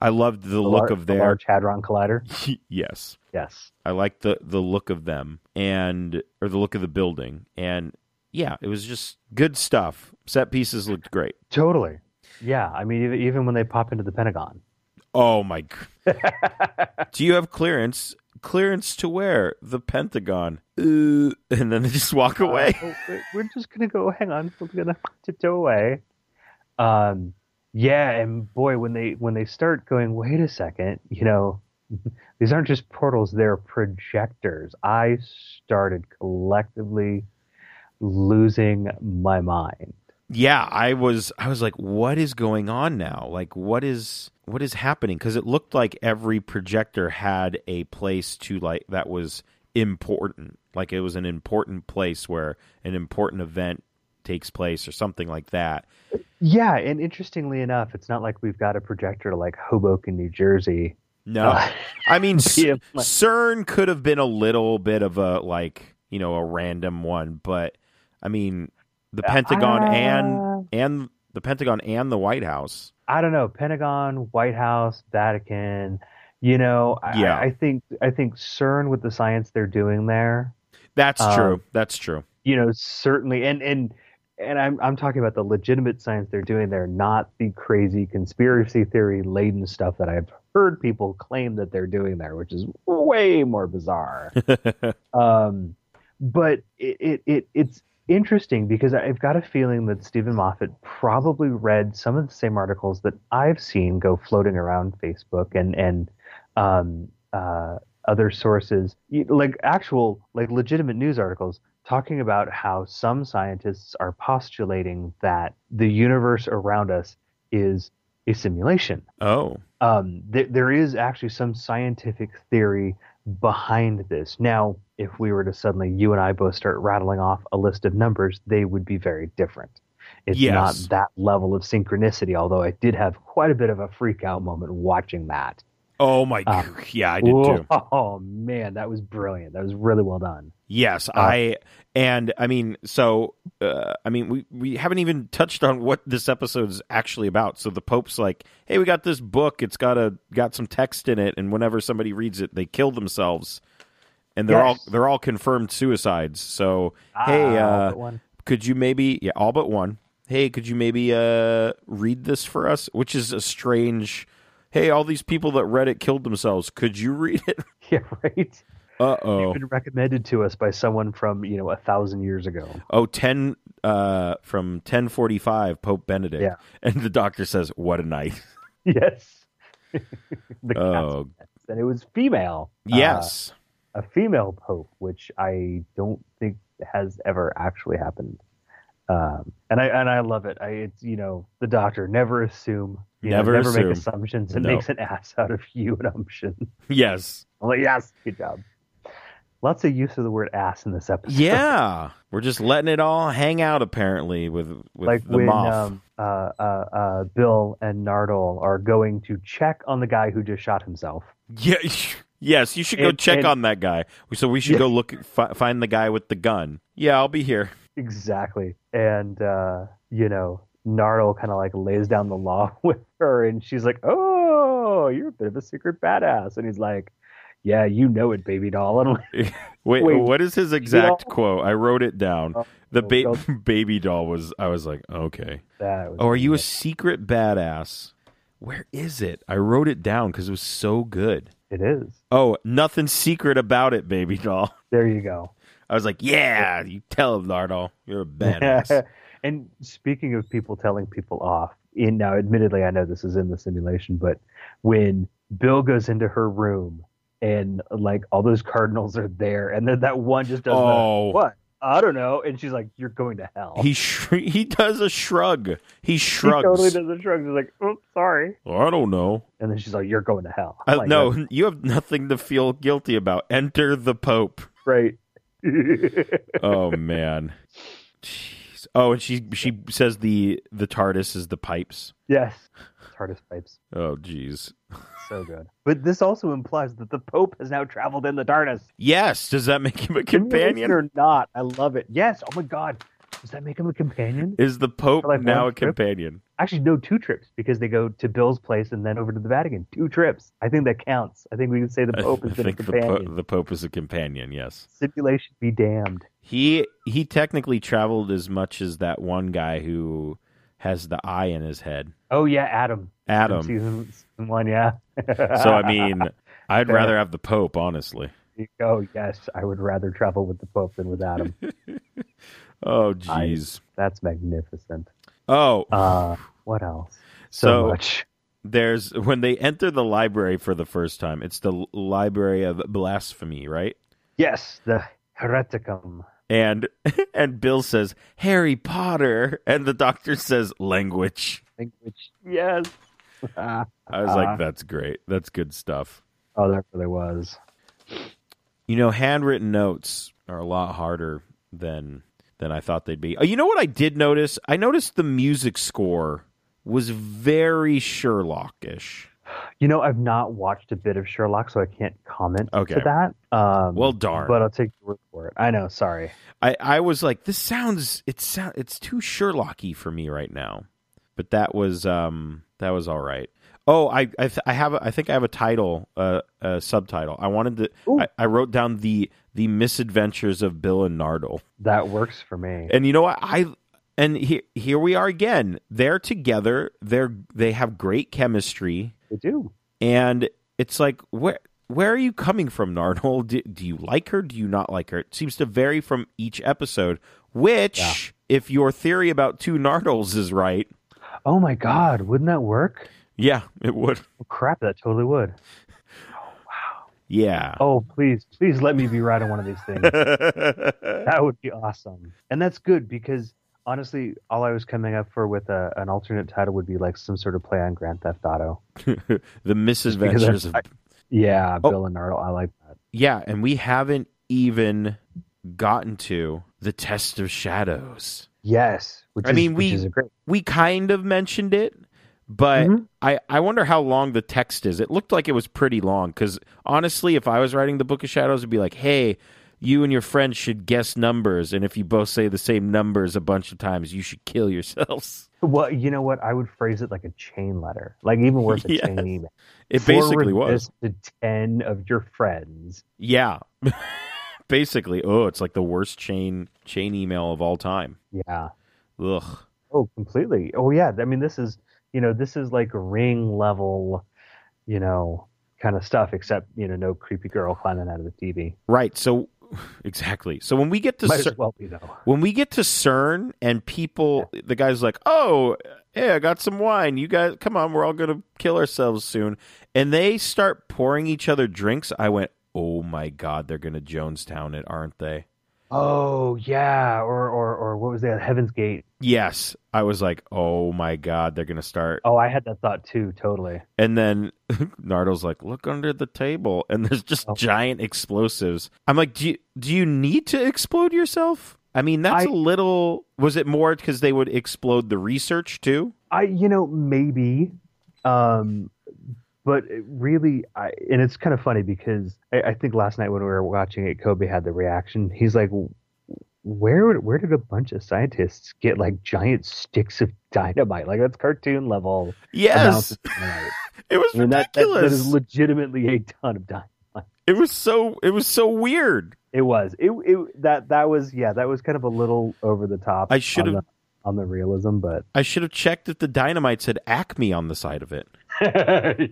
Speaker 3: I loved the,
Speaker 4: The
Speaker 3: look
Speaker 4: lar-
Speaker 3: of
Speaker 4: the
Speaker 3: their
Speaker 4: Large Hadron Collider.
Speaker 3: <laughs> yes.
Speaker 4: Yes.
Speaker 3: I like the the look of them and or the look of the building and yeah, it was just good stuff. Set pieces looked great.
Speaker 4: Totally. Yeah. I mean, even, even when they pop into the Pentagon.
Speaker 3: Oh my! g- <laughs> Do you have clearance? Clearance to where? The Pentagon. Ooh. And then they just walk away.
Speaker 4: Uh, oh, we- we're just gonna go. Hang on, we're gonna <laughs> tiptoe away. Um, yeah, and boy, when they when they start going, wait a second, you know, <laughs> these aren't just portals; they're projectors. I started collectively losing my mind.
Speaker 3: yeah, I was. I was like, what is going on now? Like, what is what is happening? Because it looked like every projector had a place to like that was important. Like it was an important place where an important event takes place or something like that.
Speaker 4: Yeah, and interestingly enough, it's not like we've got a projector to like Hoboken, New Jersey.
Speaker 3: No. <laughs> I mean, s-
Speaker 4: <laughs> Yeah, my-
Speaker 3: CERN could have been a little bit of a like you know a random one, but I mean the Pentagon and
Speaker 4: Uh,
Speaker 3: and the Pentagon and the White House.
Speaker 4: I don't know, Pentagon, White House, Vatican. You know, I,
Speaker 3: Yeah.
Speaker 4: I think I think CERN with the science they're doing there.
Speaker 3: That's
Speaker 4: Um,
Speaker 3: true. That's true.
Speaker 4: You know, certainly, and and and I'm I'm talking about the legitimate science they're doing there, not the crazy conspiracy theory laden stuff that I've heard people claim that they're doing there, which is way more bizarre. um, but it, it it it's interesting because I've got a feeling that Stephen Moffat probably read some of the same articles that I've seen go floating around Facebook and and um, uh, other sources, You- like actual like legitimate news articles talking about how some scientists are postulating that the universe around us is a simulation
Speaker 3: Oh,
Speaker 4: um, th- there is actually some scientific theory behind this. Now, if we were to suddenly, you and I both start rattling off a list of numbers, they would be very different. It's not
Speaker 3: Yes.
Speaker 4: that level of synchronicity, although I did have quite a bit of a freak out moment watching that.
Speaker 3: Oh my,
Speaker 4: Ah.
Speaker 3: yeah, I did too.
Speaker 4: Whoa, <laughs> Oh man, that was brilliant. That was really well done. Uh,
Speaker 3: Yes, I and I mean, so uh, I mean, we we haven't even touched on what this episode is actually about. So the Pope's like, "Hey, we got this book. It's got a got some text in it, and whenever somebody reads it, they kill themselves." And they're
Speaker 4: Yes.
Speaker 3: all they're all confirmed suicides. So hey,
Speaker 4: Ah,
Speaker 3: uh,
Speaker 4: that one. <laughs>
Speaker 3: could you maybe yeah, all but one. Hey, could you maybe uh read this for us? Which is a strange. Hey, all these people that read it killed themselves. Could you read it? <laughs>
Speaker 4: yeah, right.
Speaker 3: Uh oh.
Speaker 4: Been recommended to us by someone from you know a thousand years ago. <laughs>
Speaker 3: oh 10 uh from 1045 pope benedict
Speaker 4: Yeah.
Speaker 3: <laughs> and the doctor says what a
Speaker 4: <laughs>
Speaker 3: night
Speaker 4: Yes. <laughs> the cat's
Speaker 3: oh
Speaker 4: pets. and it was female. Uh,
Speaker 3: yes
Speaker 4: a female pope, which I don't think has ever actually happened. Um, and I and I love it. I it's you know the doctor never assume, you know,
Speaker 3: Never
Speaker 4: never
Speaker 3: assume.
Speaker 4: make assumptions. It
Speaker 3: No.
Speaker 4: makes an ass out of you <laughs> and umption.
Speaker 3: yes
Speaker 4: I'm like yes, good job. Lots of use of the word ass in this episode.
Speaker 3: yeah we're just letting it all hang out apparently with with
Speaker 4: like
Speaker 3: the
Speaker 4: when
Speaker 3: moth
Speaker 4: um, uh, uh, uh, Bill and Nardole are going to check on the guy who just shot himself.
Speaker 3: <laughs> yeah yes you should go
Speaker 4: and-
Speaker 3: check
Speaker 4: and-
Speaker 3: on that guy so we should
Speaker 4: Yeah.
Speaker 3: go look fi- find the guy with the gun yeah i'll be here
Speaker 4: Exactly. And uh, you know, Nardole kind of like lays down the law <laughs> with her, and she's like, "Oh, you're a bit of a secret badass," and he's like. Yeah, you know it, baby doll. <laughs> And I'm like,
Speaker 3: wait,
Speaker 4: Wait,
Speaker 3: what is his exact quote i wrote it down
Speaker 4: Oh,
Speaker 3: the ba-
Speaker 4: don't-
Speaker 3: <laughs> baby doll was i was like okay
Speaker 4: that was
Speaker 3: Oh, are you a
Speaker 4: amazing.
Speaker 3: secret badass? Where is it? I wrote it down because it was so good.
Speaker 4: It is.
Speaker 3: Oh, nothing secret about it, baby doll. <laughs>
Speaker 4: There you go.
Speaker 3: I was like, yeah, you tell him, Nardal. You're
Speaker 4: <laughs>
Speaker 3: a badass.
Speaker 4: and speaking of people telling people off, in now admittedly I know this is in the simulation, but when Bill goes into her room and like all those cardinals are there, and then that one just does the,
Speaker 3: Oh.
Speaker 4: what? I don't know, and she's like, "You're going to hell."
Speaker 3: he shr- <laughs> he does a shrug. He
Speaker 4: He
Speaker 3: shrugs.
Speaker 4: totally does the shrugs. He's like, "Oops, sorry,"
Speaker 3: I don't know.
Speaker 4: and then she's like, "You're going to hell."
Speaker 3: I,
Speaker 4: I'm like,
Speaker 3: Uh, no, <laughs> you have nothing to feel guilty about. Enter the Pope.
Speaker 4: right.
Speaker 3: Oh man. Jeez. Oh, and she she says the the TARDIS is the pipes.
Speaker 4: <laughs> yes, TARDIS pipes,
Speaker 3: Oh, jeez.
Speaker 4: so good. But this also implies that the Pope has now traveled in the TARDIS.
Speaker 3: Yes. Does that make him a
Speaker 4: Simulation
Speaker 3: companion?
Speaker 4: or not. I love it. Yes. Oh my god. Does that make him a companion?
Speaker 3: Is the Pope
Speaker 4: For, like,
Speaker 3: now
Speaker 4: one
Speaker 3: a
Speaker 4: trip?
Speaker 3: companion?
Speaker 4: Actually, no, two trips because they go to Bill's place and then over to the Vatican. Two trips. I think that counts. I think we can say the
Speaker 3: I
Speaker 4: Pope
Speaker 3: th-
Speaker 4: is
Speaker 3: I
Speaker 4: been a
Speaker 3: think the, po-
Speaker 4: companion.
Speaker 3: the Pope is a companion. Yes,
Speaker 4: Simulation be damned.
Speaker 3: he he technically traveled as much as that one guy who has the eye in his head,
Speaker 4: Oh yeah, Adam. From
Speaker 3: Adam.
Speaker 4: Season, season one, yeah.
Speaker 3: <laughs> So I
Speaker 4: <laughs>
Speaker 3: mean, I'd
Speaker 4: Fair.
Speaker 3: rather have the Pope, honestly.
Speaker 4: oh yes, I would rather travel with the Pope than with Adam.
Speaker 3: <laughs> Oh jeez.
Speaker 4: That's magnificent.
Speaker 3: Oh,
Speaker 4: Uh, what else?
Speaker 3: so
Speaker 4: much.
Speaker 3: there's when they enter the library for the first time. It's the l- library of blasphemy, right?
Speaker 4: Yes, the hereticum.
Speaker 3: And <laughs> and Bill says Harry Potter, and the Doctor says language.
Speaker 4: Language. Yes. Ah.
Speaker 3: I was
Speaker 4: Uh-huh.
Speaker 3: like, that's great. That's good stuff.
Speaker 4: Oh, there really was.
Speaker 3: You know, handwritten notes are a lot harder than than I thought they'd be. Oh, you know what I did notice? I noticed the music score was very Sherlockish.
Speaker 4: You know, I've not watched a bit of Sherlock, so I can't comment
Speaker 3: Okay.
Speaker 4: to that. Um,
Speaker 3: Well, darn.
Speaker 4: But I'll take your word for it. I know. Sorry.
Speaker 3: I, I was like, this sounds it sound it's too Sherlocky for me right now. But that was um that was all right. Oh, I I, th- I have a, I think I have a title uh, a subtitle. I wanted to
Speaker 4: Ooh.
Speaker 3: I, I wrote down the the misadventures of Bill and Nardole.
Speaker 4: That works for me.
Speaker 3: And you know what? I and here here we are again. They're together. They're they have great chemistry,
Speaker 4: I do.
Speaker 3: and it's like where where are you coming from, Nardole? Do, do you like her? Do you not like her? It seems to vary from each episode. Which, if your theory about two Nardoles is right,
Speaker 4: Oh my God! Wouldn't that work?
Speaker 3: yeah, it would.
Speaker 4: Oh, crap! That totally would. <laughs>
Speaker 3: Yeah.
Speaker 4: Oh, please, please let me be right on one of these
Speaker 3: <laughs>
Speaker 4: things. that would be awesome. And that's good because honestly, all I was coming up for with a, an alternate title would be like some sort of play on Grand Theft Auto.
Speaker 3: the misadventures of
Speaker 4: I- Yeah,
Speaker 3: Oh.
Speaker 4: Bill and Nardole. I like that.
Speaker 3: yeah, and we haven't even gotten to the test of shadows.
Speaker 4: Yes. Which
Speaker 3: I
Speaker 4: is,
Speaker 3: mean,
Speaker 4: which
Speaker 3: we-
Speaker 4: is a great.
Speaker 3: we kind of mentioned it, But
Speaker 4: Mm-hmm.
Speaker 3: I, I wonder how long the text is. It looked like it was pretty long because honestly, if I was writing the Book of Shadows, it'd be like, hey, you and your friend should guess numbers. And if you both say the same numbers a bunch of times, you should kill yourselves. <laughs>
Speaker 4: Well, you know what? I would phrase it like a chain letter, like even worse, a chain
Speaker 3: <laughs> Yes.
Speaker 4: email.
Speaker 3: It
Speaker 4: Forward
Speaker 3: basically was.
Speaker 4: this to ten of your friends.
Speaker 3: Yeah. <laughs> basically. Oh, it's like the worst chain chain email of all time.
Speaker 4: Yeah.
Speaker 3: Ugh.
Speaker 4: Oh, completely. Oh, yeah. I mean, this is you know, this is like ring level, you know, kind of stuff. Except you know, no creepy girl climbing out of the TV.
Speaker 3: Right. So <laughs> exactly. So when we get to
Speaker 4: Might
Speaker 3: cer-
Speaker 4: as well be though.
Speaker 3: when we get to CERN and people, the guy's like, "Oh, hey, I got some wine. You guys, come on, we're all gonna kill ourselves soon." And they start pouring each other drinks. I went, "Oh my god, they're gonna Jonestown it, aren't they?"
Speaker 4: Oh yeah, or or or what was that? Heaven's Gate.
Speaker 3: Yes, I was like, "Oh my god, they're gonna start."
Speaker 4: Oh, I had that thought too. Totally.
Speaker 3: And then <laughs> Nardo's like, "Look under the table," and there's just
Speaker 4: Oh.
Speaker 3: giant explosives. I'm like, "Do you do you need to explode yourself?" I mean, that's a
Speaker 4: I-
Speaker 3: little. Was it more because they would explode the research too?
Speaker 4: I you know maybe, um, but it really, I and it's kind of funny because I, I think last night when we were watching it, Kobe had the reaction. He's like, "Where would- where did a bunch of scientists get like giant sticks of dynamite? Like that's cartoon level." amounts
Speaker 3: Yes,
Speaker 4: of dynamite."
Speaker 3: it was
Speaker 4: I mean that, that
Speaker 3: ridiculous.
Speaker 4: that is legitimately a ton of dynamite.
Speaker 3: it was so it was so weird.
Speaker 4: It was it, it that that was yeah that was kind of a little over the top.
Speaker 3: I should
Speaker 4: on
Speaker 3: have-
Speaker 4: the- on the realism, but
Speaker 3: I should have checked if the dynamite said Acme on the side of it.
Speaker 4: <laughs>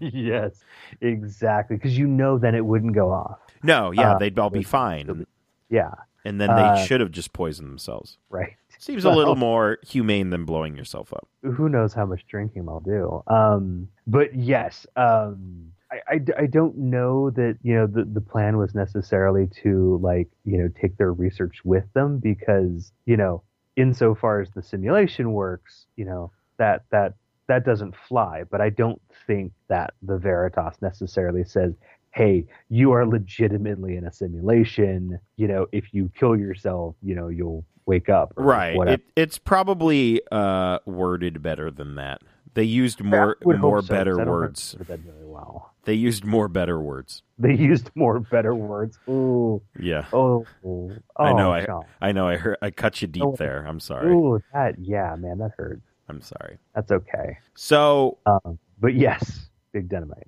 Speaker 4: yes, exactly. Because you know, then it wouldn't go off.
Speaker 3: No, yeah,
Speaker 4: Uh,
Speaker 3: they'd all be fine, and,
Speaker 4: Yeah,
Speaker 3: and then
Speaker 4: uh,
Speaker 3: they should have just poisoned themselves.
Speaker 4: right.
Speaker 3: Seems a
Speaker 4: well-
Speaker 3: little more humane than blowing yourself up.
Speaker 4: Who knows how much drinking I'll do? Um, but yes, um, I, I d- I don't know that you know the the plan was necessarily to like you know take their research with them because you know insofar as the simulation works, you know that that that doesn't fly. But I don't think that the Veritas necessarily says. Hey, you are legitimately in a simulation. You know, if you kill yourself, you know you'll wake up. or
Speaker 3: Right. It,
Speaker 4: Whatever.
Speaker 3: it's probably uh, worded better than that. They used more
Speaker 4: I would hope
Speaker 3: more
Speaker 4: so, 'cause I
Speaker 3: better
Speaker 4: don't think
Speaker 3: words.
Speaker 4: they did that very well. <laughs>
Speaker 3: They used more better words.
Speaker 4: They used more better words. Ooh,
Speaker 3: Yeah.
Speaker 4: oh, oh,
Speaker 3: I know,
Speaker 4: Sean.
Speaker 3: I know. I heard. I cut you deep
Speaker 4: Oh.
Speaker 3: there. I'm sorry.
Speaker 4: Ooh, that yeah, man, that hurt.
Speaker 3: I'm sorry.
Speaker 4: That's okay.
Speaker 3: So
Speaker 4: Um, but yes, big dynamite.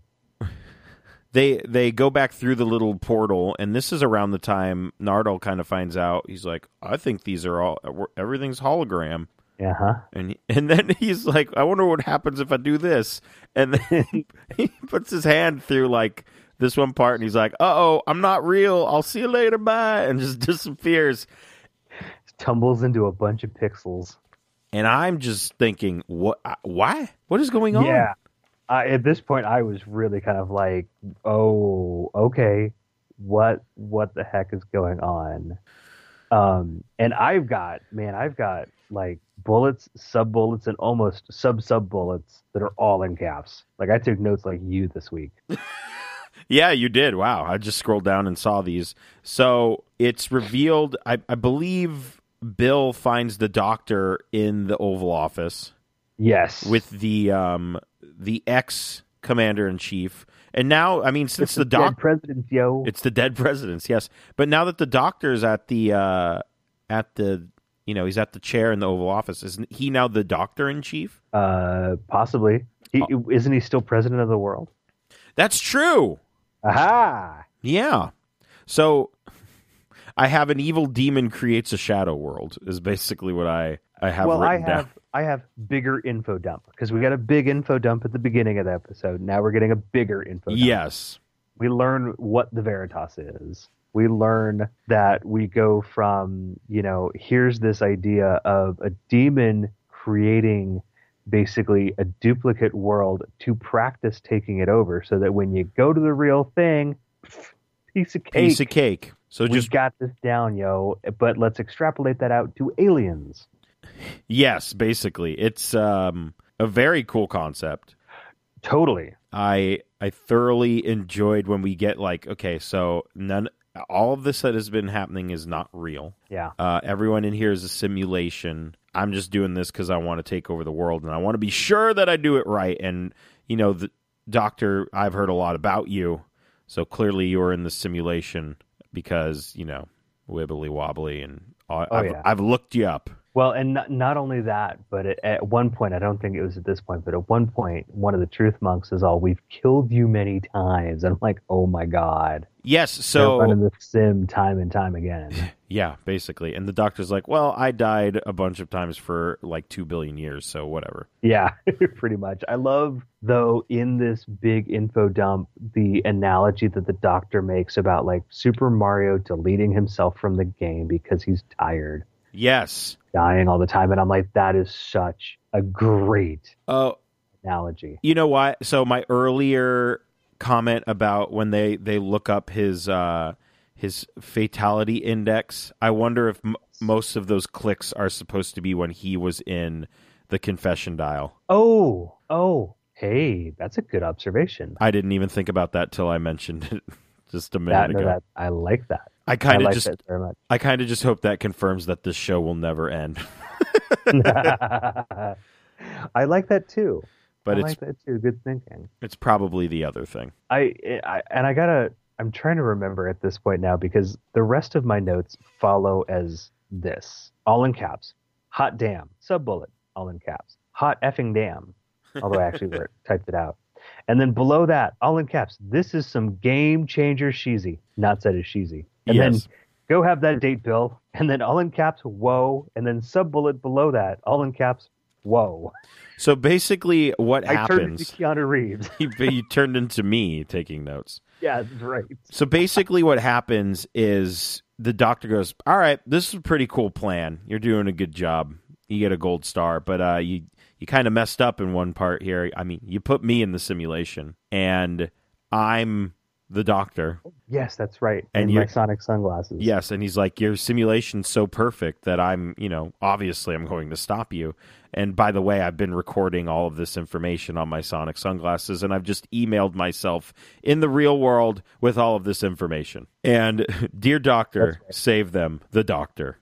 Speaker 3: they they go back through the little portal, and this is around the time Nardal kind of finds out. He's like, I think these are all uh, everything's hologram.
Speaker 4: Uh huh.
Speaker 3: And <laughs> and then he's like, I wonder what happens if I do this. And then <laughs> he puts his hand through like this one part, and he's like, "Uh oh, I'm not real. I'll see you later, bye," and just <laughs> disappears.
Speaker 4: Tumbles into a bunch of pixels.
Speaker 3: And I'm just thinking, what? I- Why? What is going on?
Speaker 4: Yeah. I, at this point, I was really kind of like, oh, okay, what what the heck is going on? Um, and I've got man, I've got like bullets, sub bullets, and almost sub sub bullets that are all in caps. Like I took notes like you this week.
Speaker 3: Yeah, you did. Wow. I just scrolled down and saw these. So it's revealed, I, I believe Bill finds the doctor in the Oval Office
Speaker 4: Yes,
Speaker 3: with the um the ex commander in chief. And now, I mean, since
Speaker 4: It's
Speaker 3: the
Speaker 4: dead
Speaker 3: doc
Speaker 4: presidents, yo.
Speaker 3: <laughs> it's the dead presidents, yes. But now that the doctor's at the uh at the you know, he's at the chair in the Oval Office, isn't he now the doctor in chief?
Speaker 4: uh, possibly. He,
Speaker 3: Oh.
Speaker 4: Isn't he still president of the world?
Speaker 3: That's true.
Speaker 4: Aha!
Speaker 3: Yeah. So I have an evil demon creates a shadow world is basically what I I have
Speaker 4: well, I
Speaker 3: written
Speaker 4: have
Speaker 3: down.
Speaker 4: I have bigger info dump because we got a big info dump at the beginning of the episode. Now we're getting a bigger info. Dump.
Speaker 3: Yes.
Speaker 4: we learn what the Veritas is. We learn that we go from you know here's this idea of a demon creating basically a duplicate world to practice taking it over, so that when you go to the real thing, <laughs> pff, piece of cake.
Speaker 3: Piece of cake. So
Speaker 4: we
Speaker 3: just
Speaker 4: got this down, yo. But let's extrapolate that out to aliens.
Speaker 3: yes, basically. It's um a very cool concept.
Speaker 4: Totally.
Speaker 3: I I thoroughly enjoyed when we get like okay, so none all of this that has been happening is not real.
Speaker 4: Yeah.
Speaker 3: Uh, everyone in here is a simulation. I'm just doing this because I want to take over the world and I want to be sure that I do it right. And, you know, the doctor, I've heard a lot about you. So clearly you're in the simulation because, you know, wibbly wobbly and I,
Speaker 4: Oh,
Speaker 3: I've,
Speaker 4: yeah.
Speaker 3: I've looked you up.
Speaker 4: Well, and not, not only that, but at, at one point, I don't think it was at this point, but at one point, one of the truth monks is all, "We've killed you many times," and I'm like, "Oh my god!"
Speaker 3: Yes.
Speaker 4: They're
Speaker 3: So,
Speaker 4: running the sim time and time again.
Speaker 3: yeah, basically. And the doctor's like, well, I died a bunch of times for like two billion years. So, whatever.
Speaker 4: yeah, <laughs> pretty much. I love though in this big info dump the analogy that the doctor makes about like Super Mario deleting himself from the game because he's tired,
Speaker 3: Yes.
Speaker 4: dying all the time, and I'm like, that is such a great
Speaker 3: Oh,
Speaker 4: analogy.
Speaker 3: You know why? So my earlier comment about when they they look up his uh his fatality index, I wonder if m- most of those clicks are supposed to be when he was in the confession dial.
Speaker 4: Oh, oh, hey, that's a good observation.
Speaker 3: I didn't even think about that till I mentioned it <laughs> just a minute
Speaker 4: That, no,
Speaker 3: ago.
Speaker 4: that I like that.
Speaker 3: I kind
Speaker 4: I
Speaker 3: of
Speaker 4: like
Speaker 3: just
Speaker 4: that very much. <laughs>
Speaker 3: I kind of just hope that confirms that this show will never end.
Speaker 4: I like that too.
Speaker 3: but
Speaker 4: I
Speaker 3: it's
Speaker 4: like that too. Good thinking.
Speaker 3: it's probably the other thing.
Speaker 4: I, I and I gotta. I'm trying to remember at this point now because the rest of my notes follow as this, all in caps. Hot damn. Sub bullet, all in caps. Hot effing damn. Although I
Speaker 3: <laughs>
Speaker 4: actually wrote, typed it out. And then below that, all in caps. This is some game changer cheesy. Not said as cheesy. And then
Speaker 3: yes.
Speaker 4: go have that date, Bill. And then all in caps, whoa. And then sub bullet below that, all in caps, whoa.
Speaker 3: so basically what
Speaker 4: I turned into
Speaker 3: happens
Speaker 4: Keanu Reeves. <laughs>
Speaker 3: you, <laughs> you turned into me taking notes.
Speaker 4: yeah, that's right.
Speaker 3: So basically, what happens is the doctor goes, "All right, this is a pretty cool plan. You're doing a good job. You get a gold star, but uh, you you kind of messed up in one part here. I mean, you put me in the simulation, and I'm the doctor.
Speaker 4: Yes, that's right.
Speaker 3: And
Speaker 4: And
Speaker 3: you-
Speaker 4: my sonic sunglasses.
Speaker 3: Yes, and he's like, your simulation's so perfect that I'm, you know, obviously I'm going to stop you. And by the way, I've been recording all of this information on my sonic sunglasses, and I've just emailed myself in the real world with all of this information. And <laughs> dear doctor,
Speaker 4: That's
Speaker 3: save them, the doctor.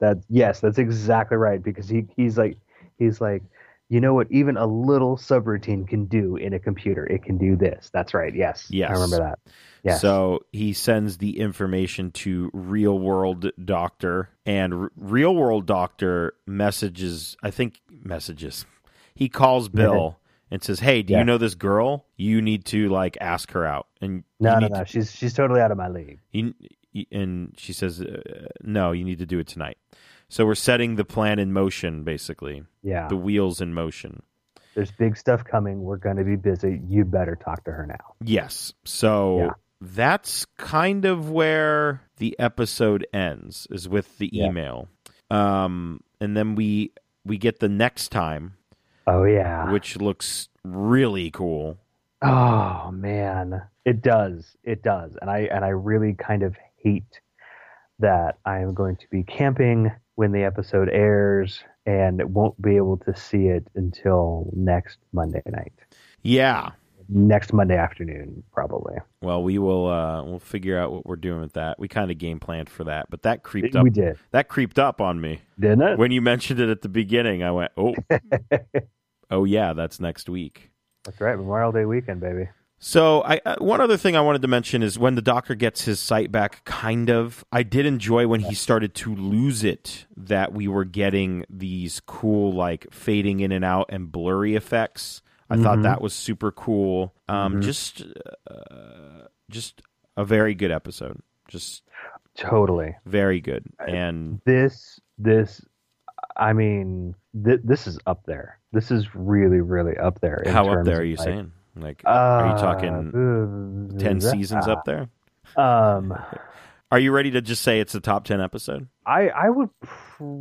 Speaker 4: That yes, that's exactly right. Because he he's like he's like, you know what? Even a little subroutine can do in a computer. It can do this. That's right. Yes.
Speaker 3: Yes.
Speaker 4: I remember that. Yes.
Speaker 3: So he sends the information to real world doctor, and r- real world doctor messages, I think, messages. He calls Bill and says, Hey, do
Speaker 4: Yeah.
Speaker 3: you know this girl? You need to like ask her out. And
Speaker 4: no,
Speaker 3: you
Speaker 4: no,
Speaker 3: need
Speaker 4: no. She's she's totally out of my league.
Speaker 3: you, you- and she says, uh, No, you need to do it tonight. So we're setting the plan in motion, basically,
Speaker 4: Yeah.
Speaker 3: the wheels in motion.
Speaker 4: There's big stuff coming. We're gonna be busy. You better talk to her now.
Speaker 3: Yes. So
Speaker 4: Yeah.
Speaker 3: that's kind of where the episode ends is with the
Speaker 4: Yeah.
Speaker 3: email. Um and then we we get the next time
Speaker 4: Oh yeah.
Speaker 3: which looks really cool.
Speaker 4: Oh man, it does. It does. And I and I really kind of hate that I am going to be camping when the episode airs and won't be able to see it until next Monday night.
Speaker 3: Yeah.
Speaker 4: Next Monday afternoon probably.
Speaker 3: Well, we will uh we'll figure out what we're doing with that. We kind of game planned for that, but that creeped up
Speaker 4: We did.
Speaker 3: that creeped up on
Speaker 4: <laughs>
Speaker 3: me.
Speaker 4: Didn't it?
Speaker 3: When you mentioned it at the beginning, I went,
Speaker 4: <laughs>
Speaker 3: "Oh. oh yeah, that's next week."
Speaker 4: That's right. Memorial Day weekend, baby.
Speaker 3: So, I uh, one other thing I wanted to mention is when the doctor gets his sight back, kind of. I did enjoy when he started to lose it that we were getting these cool, like fading in and out and blurry effects. I thought
Speaker 4: Mhm.
Speaker 3: that was super cool. Um,
Speaker 4: Mhm.
Speaker 3: Just, uh, just a very good episode. Just
Speaker 4: Totally.
Speaker 3: very good. And
Speaker 4: This this I mean, th- this is up there. This is really really up there. in
Speaker 3: how up
Speaker 4: terms
Speaker 3: there
Speaker 4: of,
Speaker 3: are you
Speaker 4: like,
Speaker 3: saying? Like,
Speaker 4: Uh,
Speaker 3: are you talking ten
Speaker 4: ten
Speaker 3: seasons up there?
Speaker 4: Um,
Speaker 3: Are you ready to just say it's a top ten episode?
Speaker 4: I I would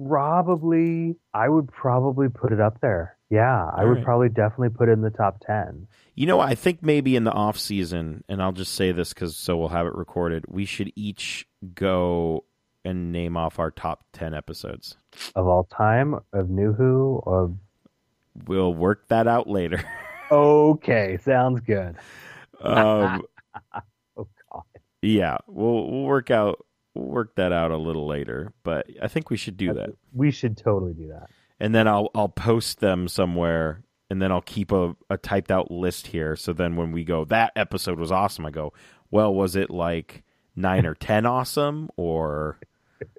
Speaker 4: probably I would probably put it up there. Yeah, I
Speaker 3: All
Speaker 4: would
Speaker 3: right.
Speaker 4: probably definitely put it in the top ten.
Speaker 3: You know, I think maybe in the off season, and I'll just say this because so we'll have it recorded. We should each go and name off our top ten episodes.
Speaker 4: Of all time, of New Who, of
Speaker 3: We'll work that out later. <laughs>
Speaker 4: okay, sounds good.
Speaker 3: um,
Speaker 4: Oh god.
Speaker 3: yeah, we'll we'll work out we'll work that out a little later. But I think we should do that.
Speaker 4: We should totally do that.
Speaker 3: and then I'll I'll post them somewhere, and then I'll keep a, a typed out list here. So then when we go, that episode was awesome. I go, well, was it like nine or ten awesome, or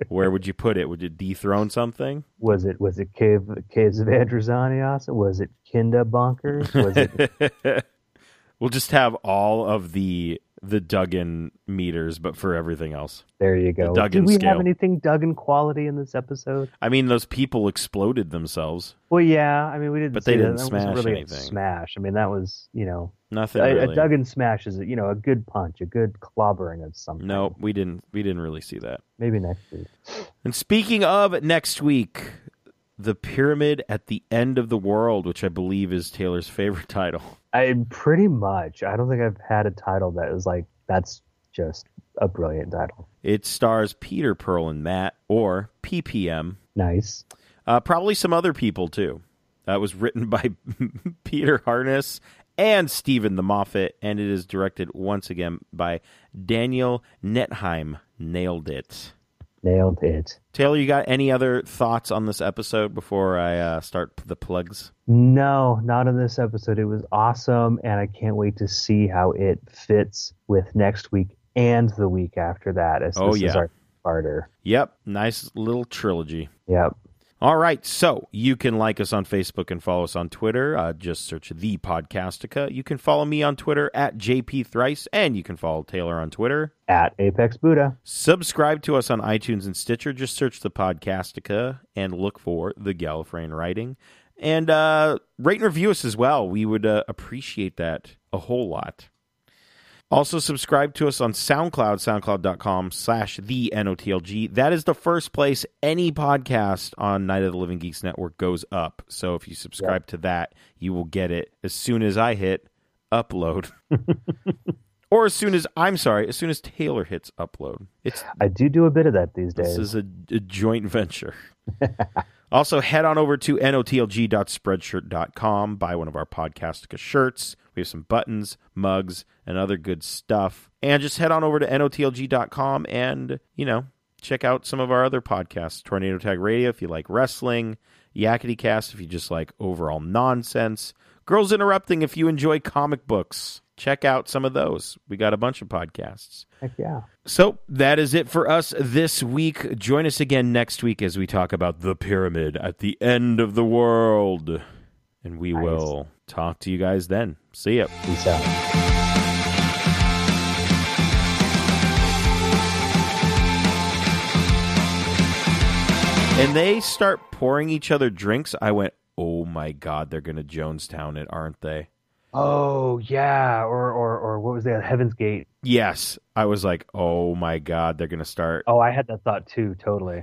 Speaker 3: where would you put it? Would you dethrone something? <laughs>
Speaker 4: Was it was it Cave Caves of Androzanios? Was it Kinda
Speaker 3: <laughs>
Speaker 4: Bonkers? Was it
Speaker 3: we'll just have all of the the Duggan meters, but for everything else.
Speaker 4: There you go.
Speaker 3: The Duggan
Speaker 4: Do we
Speaker 3: scale.
Speaker 4: have anything Duggan quality in this episode?
Speaker 3: I mean, those people exploded themselves.
Speaker 4: Well, yeah. I mean, we didn't.
Speaker 3: But they
Speaker 4: see that.
Speaker 3: didn't
Speaker 4: That
Speaker 3: smash
Speaker 4: wasn't really
Speaker 3: anything.
Speaker 4: A smash. I mean, that was you know
Speaker 3: Nothing.
Speaker 4: a,
Speaker 3: really.
Speaker 4: a Duggan smash is you know a good punch, a good clobbering of something.
Speaker 3: no, we didn't. We didn't really see that.
Speaker 4: maybe next week.
Speaker 3: And speaking of next week, the pyramid at the end of the world, which I believe is Taylor's favorite <laughs> title.
Speaker 4: I pretty much. I don't think I've had a title that is like that's just a brilliant title.
Speaker 3: It stars Peter Pearl and Matt, or PPM.
Speaker 4: Nice.
Speaker 3: Uh, probably some other people too. That was written <laughs> by Peter Harness and Stephen the Moffat, and it is directed once again by Daniel Netheim. Nailed it.
Speaker 4: Nailed it.
Speaker 3: Taylor, you got any other thoughts on this episode before I uh, start the plugs?
Speaker 4: No, not in this episode. It was awesome, and I can't wait to see how it fits with next week and the week after that. As
Speaker 3: Oh,
Speaker 4: this is
Speaker 3: yeah.
Speaker 4: our starter.
Speaker 3: Yep, nice little trilogy.
Speaker 4: Yep.
Speaker 3: All right, so you can like us on Facebook and follow us on Twitter. Uh, just search the Podcastica. You can follow me on Twitter at JP Thrice, and you can follow Taylor on Twitter
Speaker 4: At Apex Buddha.
Speaker 3: Subscribe to us on iTunes and Stitcher. Just search the Podcastica and look for the Gallifreyan Writing. And uh, rate and review us as well. We would uh, appreciate that a whole lot. Also, subscribe to us on SoundCloud, soundcloud.com slash the NOTLG. That is the first place any podcast on Night of the Living Geeks Network goes up. So if you subscribe to that, you will get it as soon as I hit upload. <laughs> or as soon as, I'm sorry, as soon as Taylor hits upload. It's
Speaker 4: I do do a bit of that these days.
Speaker 3: this is a, a joint venture. <laughs> also, head on over to notlg.spreadshirt.com, buy one of our Podcastica shirts. We have some buttons, mugs, and other good stuff. And just head on over to notlg.com and, you know, check out some of our other podcasts Tornado Tag Radio if you like wrestling, Yakety Cast if you just like overall nonsense, Girls Interrupting if you enjoy comic books. Check out some of those. We got a bunch of podcasts.
Speaker 4: Heck yeah.
Speaker 3: So that is it for us this week. Join us again next week as we talk about the pyramid at the end of the world. And we
Speaker 4: Nice.
Speaker 3: will talk to you guys then. See ya.
Speaker 4: Peace out.
Speaker 3: And they start pouring each other drinks. I went, oh my God, they're going to Jonestown it, aren't they?
Speaker 4: Oh yeah, or or or what was that? Heaven's Gate.
Speaker 3: Yes. I was like, oh my God, they're going to start.
Speaker 4: Oh, I had that thought too. Totally.